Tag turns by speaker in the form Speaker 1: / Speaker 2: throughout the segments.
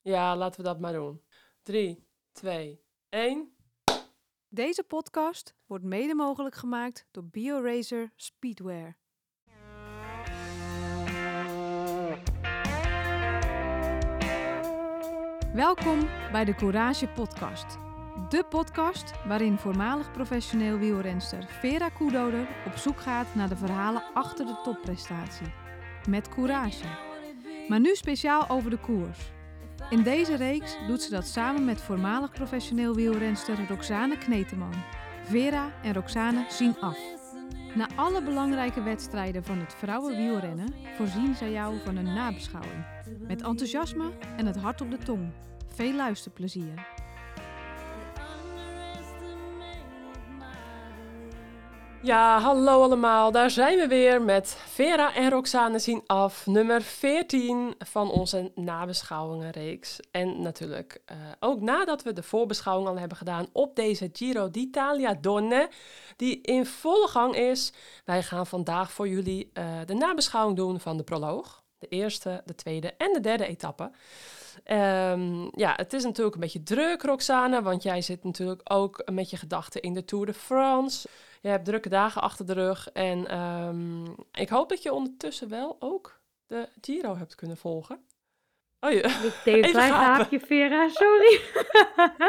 Speaker 1: Ja, laten we dat maar doen. 3, 2, 1.
Speaker 2: Deze podcast wordt mede mogelijk gemaakt door BioRacer Speedwear. Welkom bij de Courage Podcast. De podcast waarin voormalig professioneel wielrenster Vera Koedoder op zoek gaat naar de verhalen achter de topprestatie. Met courage. Maar nu speciaal over de koers. In deze reeks doet ze dat samen met voormalig professioneel wielrenster Roxane Kneteman. Vera en Roxane zien af. Na alle belangrijke wedstrijden van het vrouwenwielrennen voorzien zij jou van een nabeschouwing. Met enthousiasme en het hart op de tong. Veel luisterplezier.
Speaker 1: Ja, hallo allemaal. Daar zijn we weer met Vera en Roxane zien af. Nummer 14 van onze nabeschouwingenreeks. En natuurlijk eh, ook nadat we de voorbeschouwing al hebben gedaan op deze Giro d'Italia Donne. Die in volle gang is. Wij gaan vandaag voor jullie eh, de nabeschouwing doen van de proloog. De eerste, de tweede en de derde etappe. Ehm, ja, het is natuurlijk een beetje druk, Roxane. Want jij zit natuurlijk ook met je gedachten in de Tour de France. Je hebt drukke dagen achter de rug. En ehm, ik hoop dat je ondertussen wel ook de Giro hebt kunnen volgen. Oh, je...
Speaker 3: Ik deed een
Speaker 1: Even
Speaker 3: klein
Speaker 1: gapen.
Speaker 3: gaapje, Vera, sorry.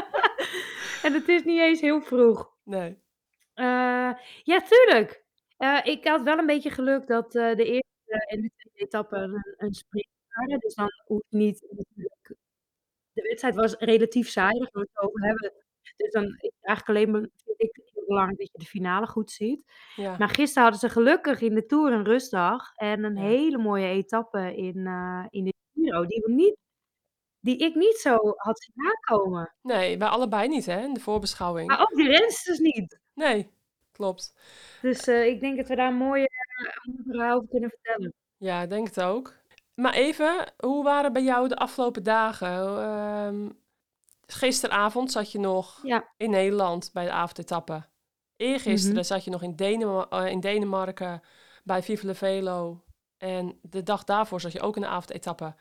Speaker 3: en het is niet eens heel vroeg.
Speaker 1: Nee.
Speaker 3: Eh, ja, tuurlijk. Eh, ik had wel een beetje geluk dat eh, de eerste en de tweede etappe een, een sprint waren. Dus dan hoef je niet... natuurlijk- De wedstrijd was relatief saai, daar gaan we het over hebben. Dus dan is het eigenlijk alleen maar vind ik, heel belangrijk dat je de finale goed ziet.
Speaker 1: Ja.
Speaker 3: Maar Nou, gisteren hadden ze gelukkig in de Tour een rustdag en een
Speaker 1: Ja.
Speaker 3: hele mooie etappe in, eh, in de Giro, die, we niet, die ik niet zo had zien aankomen.
Speaker 1: Nee, wij allebei niet, hè? In de voorbeschouwing.
Speaker 3: Maar ook de rensters niet.
Speaker 1: Nee, klopt.
Speaker 3: Dus eh, ik denk dat we daar een mooie, eh, een mooi verhaal over kunnen vertellen.
Speaker 1: Ja, ik denk het ook. Maar even, hoe waren bij jou de afgelopen dagen? Ehm, gisteravond zat je nog
Speaker 3: Ja.
Speaker 1: in Nederland bij de avondetappe. Eergisteren zat je nog in, Denema- eh, in Denemarken bij Vive la Velo. En de dag daarvoor zat je ook in de avondetappe.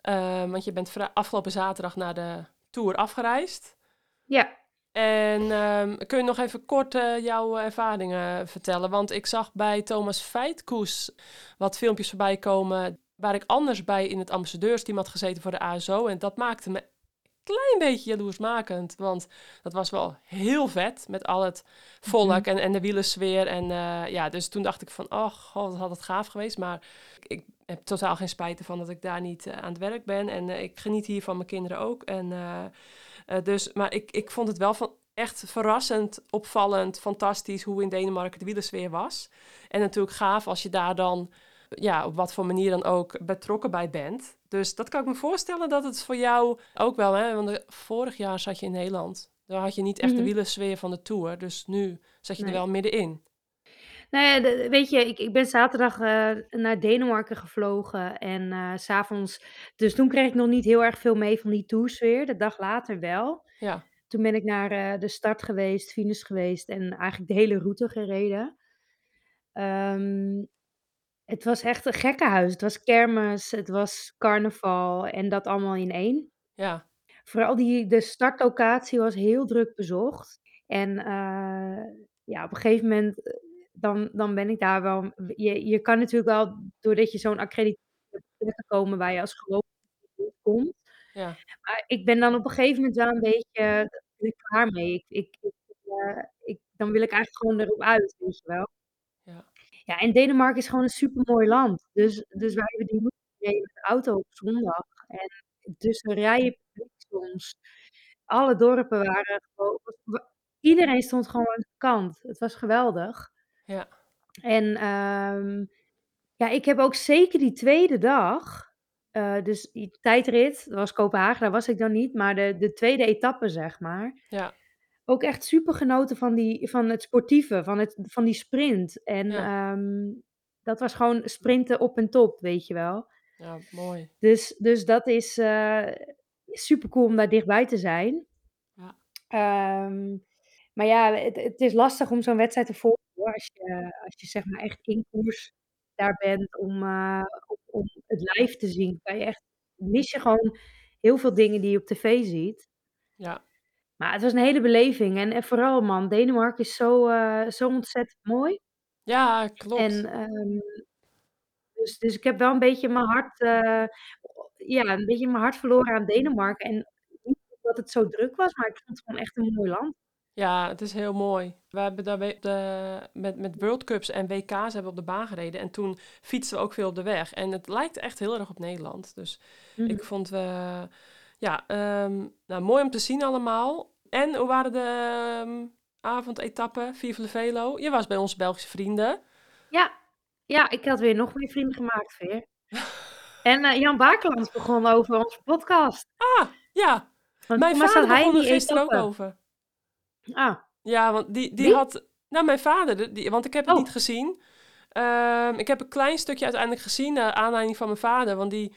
Speaker 1: Ehm, want je bent vri- afgelopen zaterdag naar de Tour afgereisd.
Speaker 3: Ja,
Speaker 1: En ehm, kun je nog even kort eh, jouw ervaringen vertellen? Want ik zag bij Thomas Feitkoes wat filmpjes voorbij komen... waar ik anders bij in het ambassadeursteam had gezeten voor de ASO. En dat maakte me een klein beetje jaloersmakend. Want dat was wel heel vet met al het volk
Speaker 3: Mhm.
Speaker 1: en, en de wielensfeer. En eh, ja, dus toen dacht ik van, oh god, wat had het gaaf geweest. Maar ik, ik heb totaal geen spijt ervan dat ik daar niet eh, aan het werk ben. En eh, ik geniet hier van mijn kinderen ook. En... eh, eh, dus, maar ik, ik vond het wel van echt verrassend, opvallend, fantastisch hoe in Denemarken de wielersfeer was. En natuurlijk gaaf als je daar dan, ja, op wat voor manier dan ook betrokken bij bent. Dus dat kan ik me voorstellen dat het voor jou ook wel, hè? want eh, vorig jaar zat je in Nederland. Daar had je niet echt
Speaker 3: Mhm.
Speaker 1: de wielersfeer van de Tour, dus nu zat je
Speaker 3: Nee.
Speaker 1: er wel middenin.
Speaker 3: nou ja, de- weet je, ik, ik ben zaterdag eh, naar Denemarken gevlogen en eh, s s'avonds... Dus toen kreeg ik nog niet heel erg veel mee van die toesfeer, de dag later wel.
Speaker 1: Ja,
Speaker 3: Toen ben ik naar eh, de start geweest, finish geweest en eigenlijk de hele route gereden. Ehm, het was echt een gekkenhuis. Het was kermis, het was carnaval en dat allemaal in één.
Speaker 1: ja,
Speaker 3: Vooral die, de startlocatie was heel druk bezocht. En eh, ja, op een gegeven moment, eh, dan, dan ben ik daar wel... Je, je kan natuurlijk wel, doordat je zo'n accreditatie hebt binnengekomen waar je als gewoon niet komt.
Speaker 1: ja,
Speaker 3: Maar ik ben dan op een gegeven moment wel een beetje eh, ben ik klaar mee. Ik, ik, ik, eh, ik- dan wil ik eigenlijk gewoon erop uit, weet je wel.
Speaker 1: Ja.
Speaker 3: ja en Denemarken is gewoon een supermooi land. Dus, dus wij hebben die route gereden met de auto op zondag. En dus dan rij je publiek soms. Alle dorpen waren gewoon... wa- Iedereen stond gewoon aan de kant. Het was geweldig.
Speaker 1: Ja.
Speaker 3: En ehm, ja, ik heb ook zeker die tweede dag... Eh, dus die tijdrit, dat was Kopenhagen, daar was ik dan niet. Maar de, de tweede etappe, zeg maar.
Speaker 1: ja,
Speaker 3: Ook echt super genoten van, die, van het sportieve, van, het, van die sprint. En ehm, dat was gewoon sprinten op en top, weet je wel.
Speaker 1: ja, mooi.
Speaker 3: Dus, dus dat is super cool om daar dichtbij te zijn.
Speaker 1: Ja.
Speaker 3: Ehm, maar ja, het, het is lastig om zo'n wedstrijd te volgen hoor, als je, als je zeg maar echt in koers daar bent om, eh, om, om het live te zien. Kan je echt, mis je gewoon heel veel dingen die je op tv ziet.
Speaker 1: Ja.
Speaker 3: Maar het was een hele beleving. En, en vooral, man, Denemarken is zo, eh, zo ontzettend mooi.
Speaker 1: Ja, klopt.
Speaker 3: En, ehm, dus, dus ik heb wel een beetje mijn hart, eh, ja, een beetje mijn hart verloren aan Denemarken. En niet dat het zo druk was, maar ik vond het gewoon echt een mooi land.
Speaker 1: Ja, het is heel mooi. We hebben daar we- op de, met, met World Cups en WK's hebben we op de baan gereden. En toen fietsten we ook veel op de weg. En het lijkt echt heel erg op Nederland. Dus
Speaker 3: Mhm.
Speaker 1: ik vond we, ja, ehm, nou, mooi om te zien allemaal. En hoe waren de ehm, avondetappen? Vive le Velo. Je was bij onze Belgische vrienden.
Speaker 3: Ja, ja, ik had weer nog meer vrienden gemaakt, Veer. En eh, Jan Bakelands begon over onze podcast.
Speaker 1: Ja,
Speaker 3: Want
Speaker 1: mijn
Speaker 3: volgens mij
Speaker 1: vader
Speaker 3: zat hij in
Speaker 1: begon er
Speaker 3: die
Speaker 1: gisteren ook
Speaker 3: etappe.
Speaker 1: over.
Speaker 3: Ah,
Speaker 1: Ja, want die, die
Speaker 3: Wie?
Speaker 1: had. Nou, mijn vader, de- die, want ik heb het
Speaker 3: Oh.
Speaker 1: niet gezien. Ehm, ik heb een klein stukje uiteindelijk gezien naar aanleiding van mijn vader. Want die,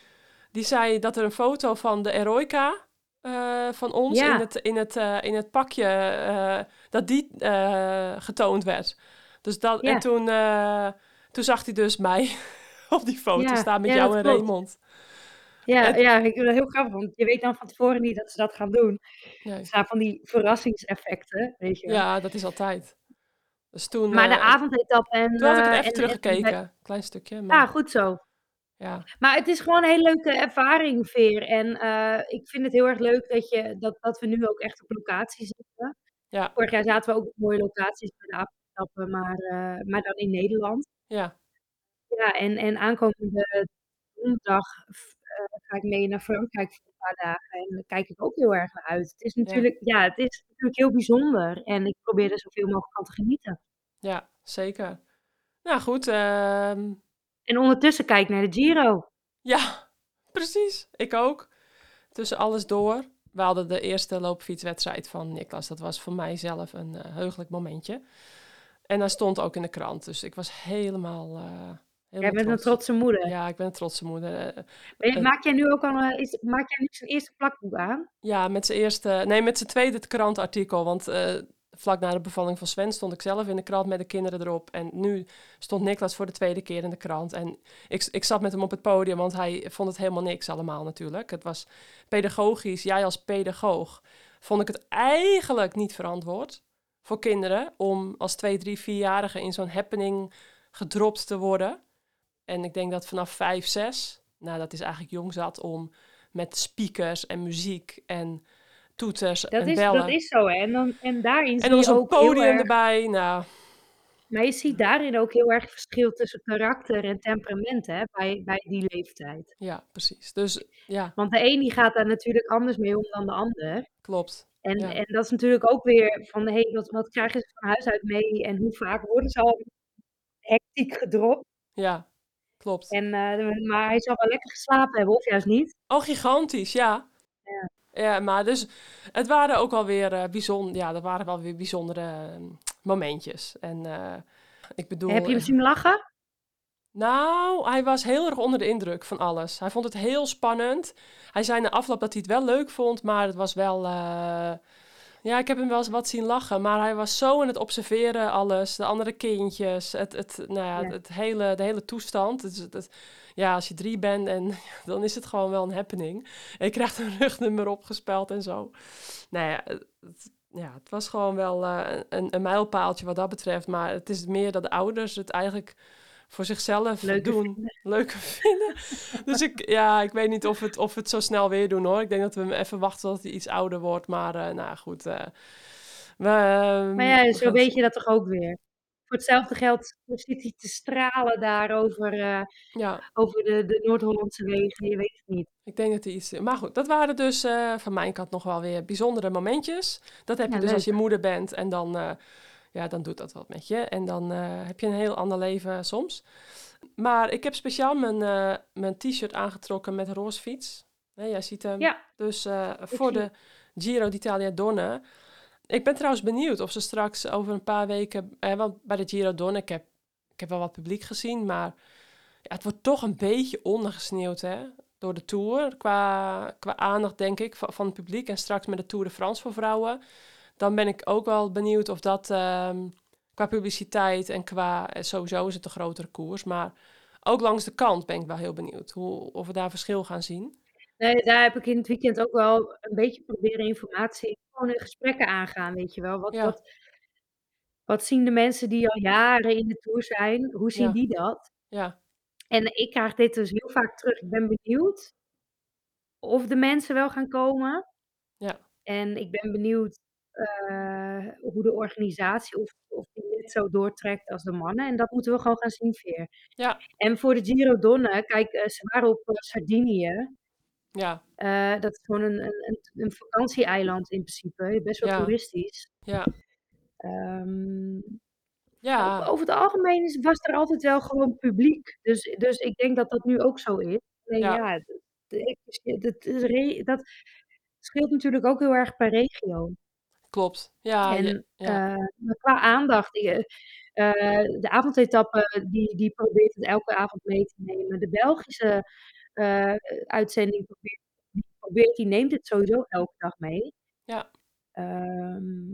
Speaker 1: die zei dat er een foto van de Eroica eh, van ons
Speaker 3: Ja.
Speaker 1: in, het, in, het, eh, in het pakje, eh, dat die eh, getoond werd. Dus dat,
Speaker 3: Ja.
Speaker 1: En toen, eh, toen zag hij dus mij op die foto
Speaker 3: Ja,
Speaker 1: staan met
Speaker 3: ja,
Speaker 1: jou
Speaker 3: dat
Speaker 1: en
Speaker 3: klopt.
Speaker 1: Raymond.
Speaker 3: ja,
Speaker 1: Het-
Speaker 3: ja, ik vind dat heel grappig, want je weet dan van tevoren niet dat ze dat gaan doen.
Speaker 1: Nee.
Speaker 3: Ze gaan van die verrassingseffecten, weet je wel.
Speaker 1: Ja, dat is altijd. Dus toen,
Speaker 3: Maar de
Speaker 1: eh,
Speaker 3: avondetap en...
Speaker 1: toen had ik het
Speaker 3: eh,
Speaker 1: even
Speaker 3: en- en-
Speaker 1: teruggekeken. Klein stukje. Maar,
Speaker 3: Ja, goed zo.
Speaker 1: ja.
Speaker 3: Maar het is gewoon een hele leuke ervaring, Veer. En eh, ik vind het heel erg leuk dat, je, dat, dat we nu ook echt op locatie zitten.
Speaker 1: Ja.
Speaker 3: Vorig jaar zaten we ook op mooie locaties bij de avondetappen, maar, eh, maar dan in Nederland.
Speaker 1: ja.
Speaker 3: Ja, en, en aankomende donderdag f- eh, ga ik mee naar Frankrijk voor een paar dagen. En daar kijk ik ook heel erg naar uit. Het is natuurlijk, ja, het is natuurlijk heel bijzonder. En ik probeer er zoveel mogelijk van te genieten.
Speaker 1: Ja, zeker. Nou goed, ehm,
Speaker 3: En ondertussen kijk ik naar de Giro.
Speaker 1: ja, precies. Ik ook. Tussen alles door. We hadden de eerste loopfietswedstrijd van Niklas. Dat was voor mij zelf een eh, heugelijk momentje. En hij stond ook in de krant. Dus ik was helemaal, eh helemaal
Speaker 3: Jij bent een
Speaker 1: trots.
Speaker 3: trotse moeder.
Speaker 1: Ja, ik ben een trotse moeder. Eh,
Speaker 3: Ben je-
Speaker 1: Eh.
Speaker 3: Maak jij nu ook al eh, is, maak jij nu zijn eerste plakboek aan?
Speaker 1: Ja, met zijn eerste, nee, met zijn tweede krantartikel. Want eh, vlak na de bevalling van Sven stond ik zelf in de krant met de kinderen erop. En nu stond Niklas voor de tweede keer in de krant. En ik, ik zat met hem op het podium, want hij vond het helemaal niks allemaal natuurlijk. Het was pedagogisch. Jij als pedagoog vond ik het eigenlijk niet verantwoord voor kinderen om als twee, drie, vierjarige in zo'n happening gedropt te worden. En ik denk dat vanaf vijf, zes, nou dat is eigenlijk jong zat om met speakers en muziek en toeters
Speaker 3: Dat
Speaker 1: en
Speaker 3: is,
Speaker 1: bellen.
Speaker 3: dat is zo, hè? En, dan, en daarin
Speaker 1: en
Speaker 3: zie
Speaker 1: dan
Speaker 3: je
Speaker 1: zo'n
Speaker 3: ook heel
Speaker 1: podium
Speaker 3: erg,
Speaker 1: erbij. Nou,
Speaker 3: maar je ziet daarin ook heel erg verschil tussen karakter en temperament, hè? Bij, bij die leeftijd.
Speaker 1: ja, precies. Dus ja,
Speaker 3: Want de een die gaat daar natuurlijk anders mee om dan de ander.
Speaker 1: klopt.
Speaker 3: En,
Speaker 1: Ja.
Speaker 3: en dat is natuurlijk ook weer van, hey, wat, wat krijgen ze van huis uit mee? En hoe vaak worden ze al hectiek gedropt?
Speaker 1: Ja, klopt.
Speaker 3: En, eh, maar hij zal wel lekker geslapen hebben, of juist niet.
Speaker 1: Oh, gigantisch, ja.
Speaker 3: Ja.
Speaker 1: Ja, maar dus het waren ook alweer weer bijzonder, ja, dat waren wel weer bijzondere eh, momentjes. En eh, ik bedoel,
Speaker 3: Heb je hem
Speaker 1: eh,
Speaker 3: zien lachen?
Speaker 1: nou, hij was heel erg onder de indruk van alles. Hij vond het heel spannend. Hij zei na afloop dat hij het wel leuk vond, maar het was wel, eh, ja, ik heb hem wel eens wat zien lachen, maar hij was zo aan het observeren alles, de andere kindjes, het, het, nou ja,
Speaker 3: Ja.
Speaker 1: het hele, de hele toestand. Het, het, het- ja, als je drie bent en dan is het gewoon wel een happening. En je krijgt een rugnummer opgespeld en zo. Nou ja, het, het- ja, het was gewoon wel eh, een, een mijlpaaltje wat dat betreft. Maar het is meer dat de ouders het eigenlijk voor zichzelf
Speaker 3: Leuker
Speaker 1: doen. Leuker vinden. dus ik, ja, ik weet niet of we het, of we het zo snel weer doen hoor. Ik denk dat we hem even wachten tot hij iets ouder wordt. Maar eh, nou goed. eh, we, ehm,
Speaker 3: Maar ja,
Speaker 1: we
Speaker 3: zo
Speaker 1: gaan-
Speaker 3: weet je dat toch ook weer. Voor hetzelfde geld zit hij te stralen daar over, eh,
Speaker 1: Ja.
Speaker 3: over de, de Noord-Hollandse wegen. Je weet het niet.
Speaker 1: Ik denk dat hij iets. Maar goed, dat waren dus eh, van mijn kant nog wel weer bijzondere momentjes. Dat heb
Speaker 3: Ja,
Speaker 1: je dus als je
Speaker 3: leuk.
Speaker 1: moeder bent en dan, eh, ja, dan doet dat wat met je. En dan eh, heb je een heel ander leven eh, soms. Maar ik heb speciaal mijn, eh, mijn t-shirt aangetrokken met roze fiets. Nee, jij ziet hem.
Speaker 3: Ja,
Speaker 1: Dus eh, voor
Speaker 3: zie
Speaker 1: de Giro d'Italia Donne. Ik ben trouwens benieuwd of ze straks over een paar weken. eh, want bij de Giro Donne, ik heb, ik heb wel wat publiek gezien. Maar ja, het wordt toch een beetje ondergesneeuwd hè? door de Tour. Qua, qua aandacht, denk ik, van, van het publiek. En straks met de Tour de France voor vrouwen. Dan ben ik ook wel benieuwd of dat ehm, qua publiciteit en qua. eh, Sowieso is het een grotere koers. Maar ook langs de kant ben ik wel heel benieuwd hoe, of we daar verschil gaan zien.
Speaker 3: Nee, daar heb ik in het weekend ook wel een beetje proberen informatie, gewoon in gesprekken aangaan, weet je wel. Wat,
Speaker 1: Ja.
Speaker 3: wat, wat zien de mensen die al jaren in de tour zijn, hoe zien
Speaker 1: Ja.
Speaker 3: die dat?
Speaker 1: Ja.
Speaker 3: En ik krijg dit dus heel vaak terug. Ik ben benieuwd of de mensen wel gaan komen.
Speaker 1: Ja.
Speaker 3: En ik ben benieuwd eh, hoe de organisatie of, of die net zo doortrekt als de mannen. En dat moeten we gewoon gaan zien weer.
Speaker 1: Ja.
Speaker 3: En voor de Giro Donne, kijk, eh, ze waren op eh, Sardinië.
Speaker 1: Ja.
Speaker 3: Eh, dat is gewoon een, een, een, een vakantieeiland in principe. Best wel
Speaker 1: Ja.
Speaker 3: toeristisch.
Speaker 1: Ja.
Speaker 3: Ehm,
Speaker 1: Ja.
Speaker 3: over het algemeen is, was er altijd wel gewoon publiek. Dus, dus ik denk dat dat nu ook zo is. Alleen
Speaker 1: Ja.
Speaker 3: ja, d- d- ik- dat, is re- dat scheelt natuurlijk ook heel erg per regio.
Speaker 1: Klopt. Ja. je-
Speaker 3: en
Speaker 1: ja.
Speaker 3: eh, maar qua aandacht, eh, eh, de avondetappe die, die probeert het elke avond mee te nemen. De Belgische eh, uitzending probeert die, probeert, die neemt het sowieso elke dag mee.
Speaker 1: Ja.
Speaker 3: Ehm,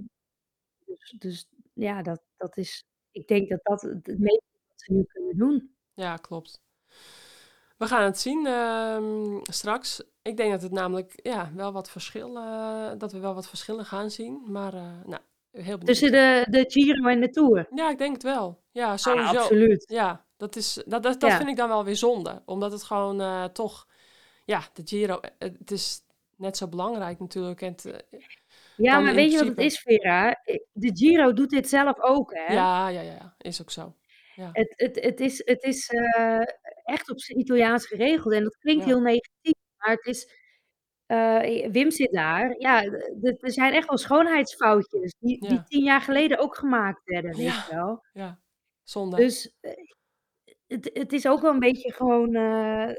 Speaker 3: dus, dus ja, dat, dat is. Ik denk dat dat het het meeste is wat ze nu kunnen doen.
Speaker 1: Ja, klopt. We gaan het zien ehm, straks. Ik denk dat het namelijk ja, wel wat verschil, eh, dat we wel wat verschillen gaan zien. Maar eh, nou, heel benieuwd.
Speaker 3: Tussen de, de Giro en de Tour.
Speaker 1: Ja, ik denk het wel. Ja,
Speaker 3: Dus Ah,
Speaker 1: sowieso.
Speaker 3: absoluut.
Speaker 1: Ja, dat, is, dat, dat, dat
Speaker 3: Ja.
Speaker 1: vind ik dan wel weer zonde. Omdat het gewoon eh, toch, ja, de Giro, eh, het is net zo belangrijk natuurlijk. En het, eh,
Speaker 3: Ja,
Speaker 1: Dan
Speaker 3: maar
Speaker 1: in
Speaker 3: weet je wat het
Speaker 1: principe-
Speaker 3: is, Vera? Eh, De Giro doet dit zelf ook, hè?
Speaker 1: ja, ja, ja, ja, is ook zo.
Speaker 3: Het, het, het is, het is eh, echt op zijn Italiaans geregeld. En dat klinkt
Speaker 1: Ja.
Speaker 3: heel negatief, maar het is. eh, Wim zit daar. Ja, d- d- er zijn echt wel schoonheidsfoutjes die, die
Speaker 1: Ja.
Speaker 3: tien jaar geleden ook gemaakt werden, weet
Speaker 1: Ja.
Speaker 3: je wel.
Speaker 1: Ja, zonde.
Speaker 3: Dus eh, het, het is ook wel een beetje gewoon. eh,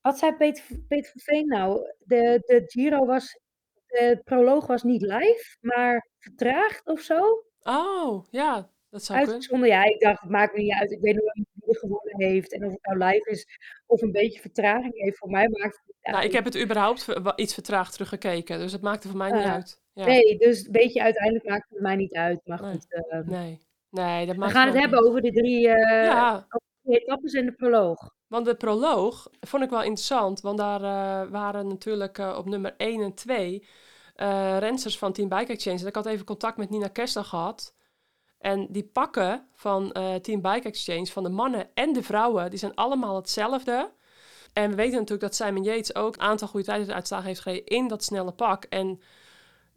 Speaker 3: wat zei Peter, v- Peter van Veen nou? De, de Giro was. De proloog was niet live, maar vertraagd of zo.
Speaker 1: oh, ja, dat zou kunnen.
Speaker 3: Uitgezonden, ja, ik dacht, het maakt me niet uit. Ik weet nog niet wie het gewonnen heeft. En of het nou live is of een beetje vertraging heeft, voor mij maakt het niet
Speaker 1: Nou, ik
Speaker 3: uit.
Speaker 1: heb het überhaupt ver- wa- iets vertraagd teruggekeken, dus het maakte voor mij niet
Speaker 3: Ah,
Speaker 1: uit. Ja,
Speaker 3: Nee, dus een beetje uiteindelijk maakt het mij niet uit. Maar
Speaker 1: Nee.
Speaker 3: goed, eh,
Speaker 1: nee, nee, dat
Speaker 3: we
Speaker 1: maakt
Speaker 3: gaan het
Speaker 1: gewoon
Speaker 3: hebben
Speaker 1: niet.
Speaker 3: over de drie eh,
Speaker 1: Ja,
Speaker 3: drie etappes en de proloog.
Speaker 1: want de proloog vond ik wel interessant, want daar eh, waren natuurlijk eh, op nummer 1 en 2 eh rensters van Team Bike Exchange. En ik had even contact met Nina Kessler gehad. En die pakken van eh, Team Bike Exchange, van de mannen en de vrouwen, die zijn allemaal hetzelfde. En we weten natuurlijk dat Simon Yates ook een aantal goede tijdensuitslagen heeft gereden in dat snelle pak. En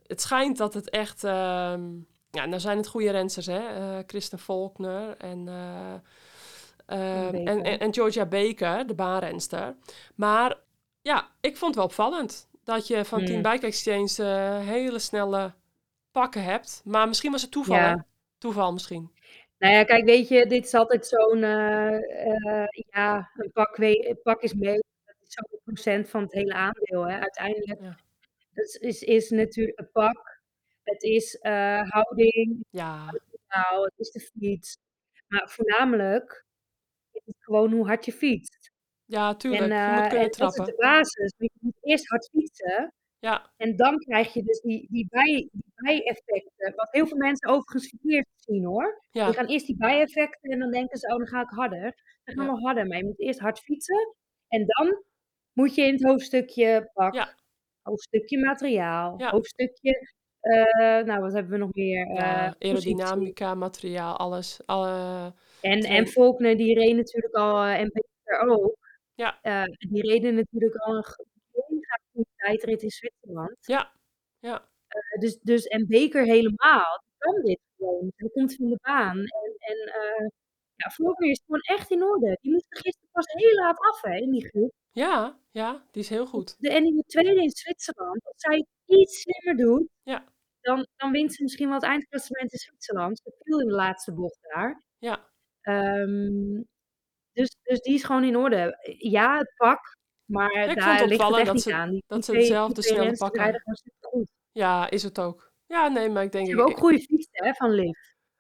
Speaker 1: het schijnt dat het echt... ehm, ja, nou zijn het goede rensters, hè. Eh, Kristen Faulkner en, eh, ehm, en,
Speaker 3: Baker.
Speaker 1: en, en Georgia Baker, de baanrenster. Maar ja, ik vond het wel opvallend dat je van Team
Speaker 3: Hmm.
Speaker 1: Bike Exchange eh, hele snelle pakken hebt. Maar misschien was het toeval, hè?
Speaker 3: Ja.
Speaker 1: Toeval misschien.
Speaker 3: Nou ja, kijk, weet je, dit is altijd zo'n, eh, eh, ja, een pak, we- een pak is mee, dat is zoveel procent van het hele aandeel. Hè. Uiteindelijk
Speaker 1: Ja.
Speaker 3: dat is, is, is natuurlijk een pak, het is eh, houding,
Speaker 1: Ja,
Speaker 3: nou, het is de fiets. Maar voornamelijk is het gewoon hoe hard je fietst.
Speaker 1: ja tuurlijk.
Speaker 3: en,
Speaker 1: je moet
Speaker 3: eh,
Speaker 1: kunnen
Speaker 3: en dat is de
Speaker 1: trappen.
Speaker 3: basis. Je moet eerst hard fietsen
Speaker 1: Ja,
Speaker 3: en dan krijg je dus die, die, bij, die bijeffecten. Wat heel veel mensen overigens verkeerd zien hoor. Die
Speaker 1: ja,
Speaker 3: gaan eerst die bijeffecten en dan denken ze, oh dan ga ik harder. Dan gaan
Speaker 1: Ja.
Speaker 3: we harder, maar je moet eerst hard fietsen en dan moet je in het hoofdstukje pak,
Speaker 1: Ja.
Speaker 3: hoofdstukje materiaal,
Speaker 1: Ja.
Speaker 3: hoofdstukje, eh, nou wat hebben we nog meer? Eh,
Speaker 1: ja.
Speaker 3: positie.
Speaker 1: Aerodynamica, materiaal, alles. eh, Alle...
Speaker 3: En, en
Speaker 1: Twee.
Speaker 3: Faulkner, die reed natuurlijk al, eh, en Peter ook,
Speaker 1: Ja.
Speaker 3: eh, die reden natuurlijk al een g- mega goede tijdrit in Zwitserland.
Speaker 1: Ja, ja.
Speaker 3: Eh, dus, dus, en Beker helemaal, die kan dit gewoon. Hij komt van de baan. En, en eh, ja, Faulkner is gewoon echt in orde. Die moest er gisteren pas heel laat af hè, in die groep.
Speaker 1: Ja, ja, die is heel goed.
Speaker 3: De, en die wordt tweede in Zwitserland. Als zij het iets slimmer doet,
Speaker 1: Ja.
Speaker 3: dan, dan wint ze misschien wel het eindklassement in Zwitserland. Ze viel in de laatste bocht daar.
Speaker 1: Ja,
Speaker 3: Ehm, dus, dus die is gewoon in orde. Ja, het pak, maar
Speaker 1: ik vond het
Speaker 3: daar ligt het
Speaker 1: opvallend
Speaker 3: echt
Speaker 1: dat
Speaker 3: niet
Speaker 1: ze-
Speaker 3: aan. Die,
Speaker 1: dat
Speaker 3: die
Speaker 1: ze
Speaker 3: twee- die
Speaker 1: hetzelfde
Speaker 3: twee
Speaker 1: snelle
Speaker 3: renners
Speaker 1: pak
Speaker 3: rijden
Speaker 1: hebben.
Speaker 3: gewoon supergoed.
Speaker 1: ja, is het ook. Ja, nee, maar ik denk
Speaker 3: Ze hebben ook
Speaker 1: ik,
Speaker 3: goede fietsen hè, van Liv.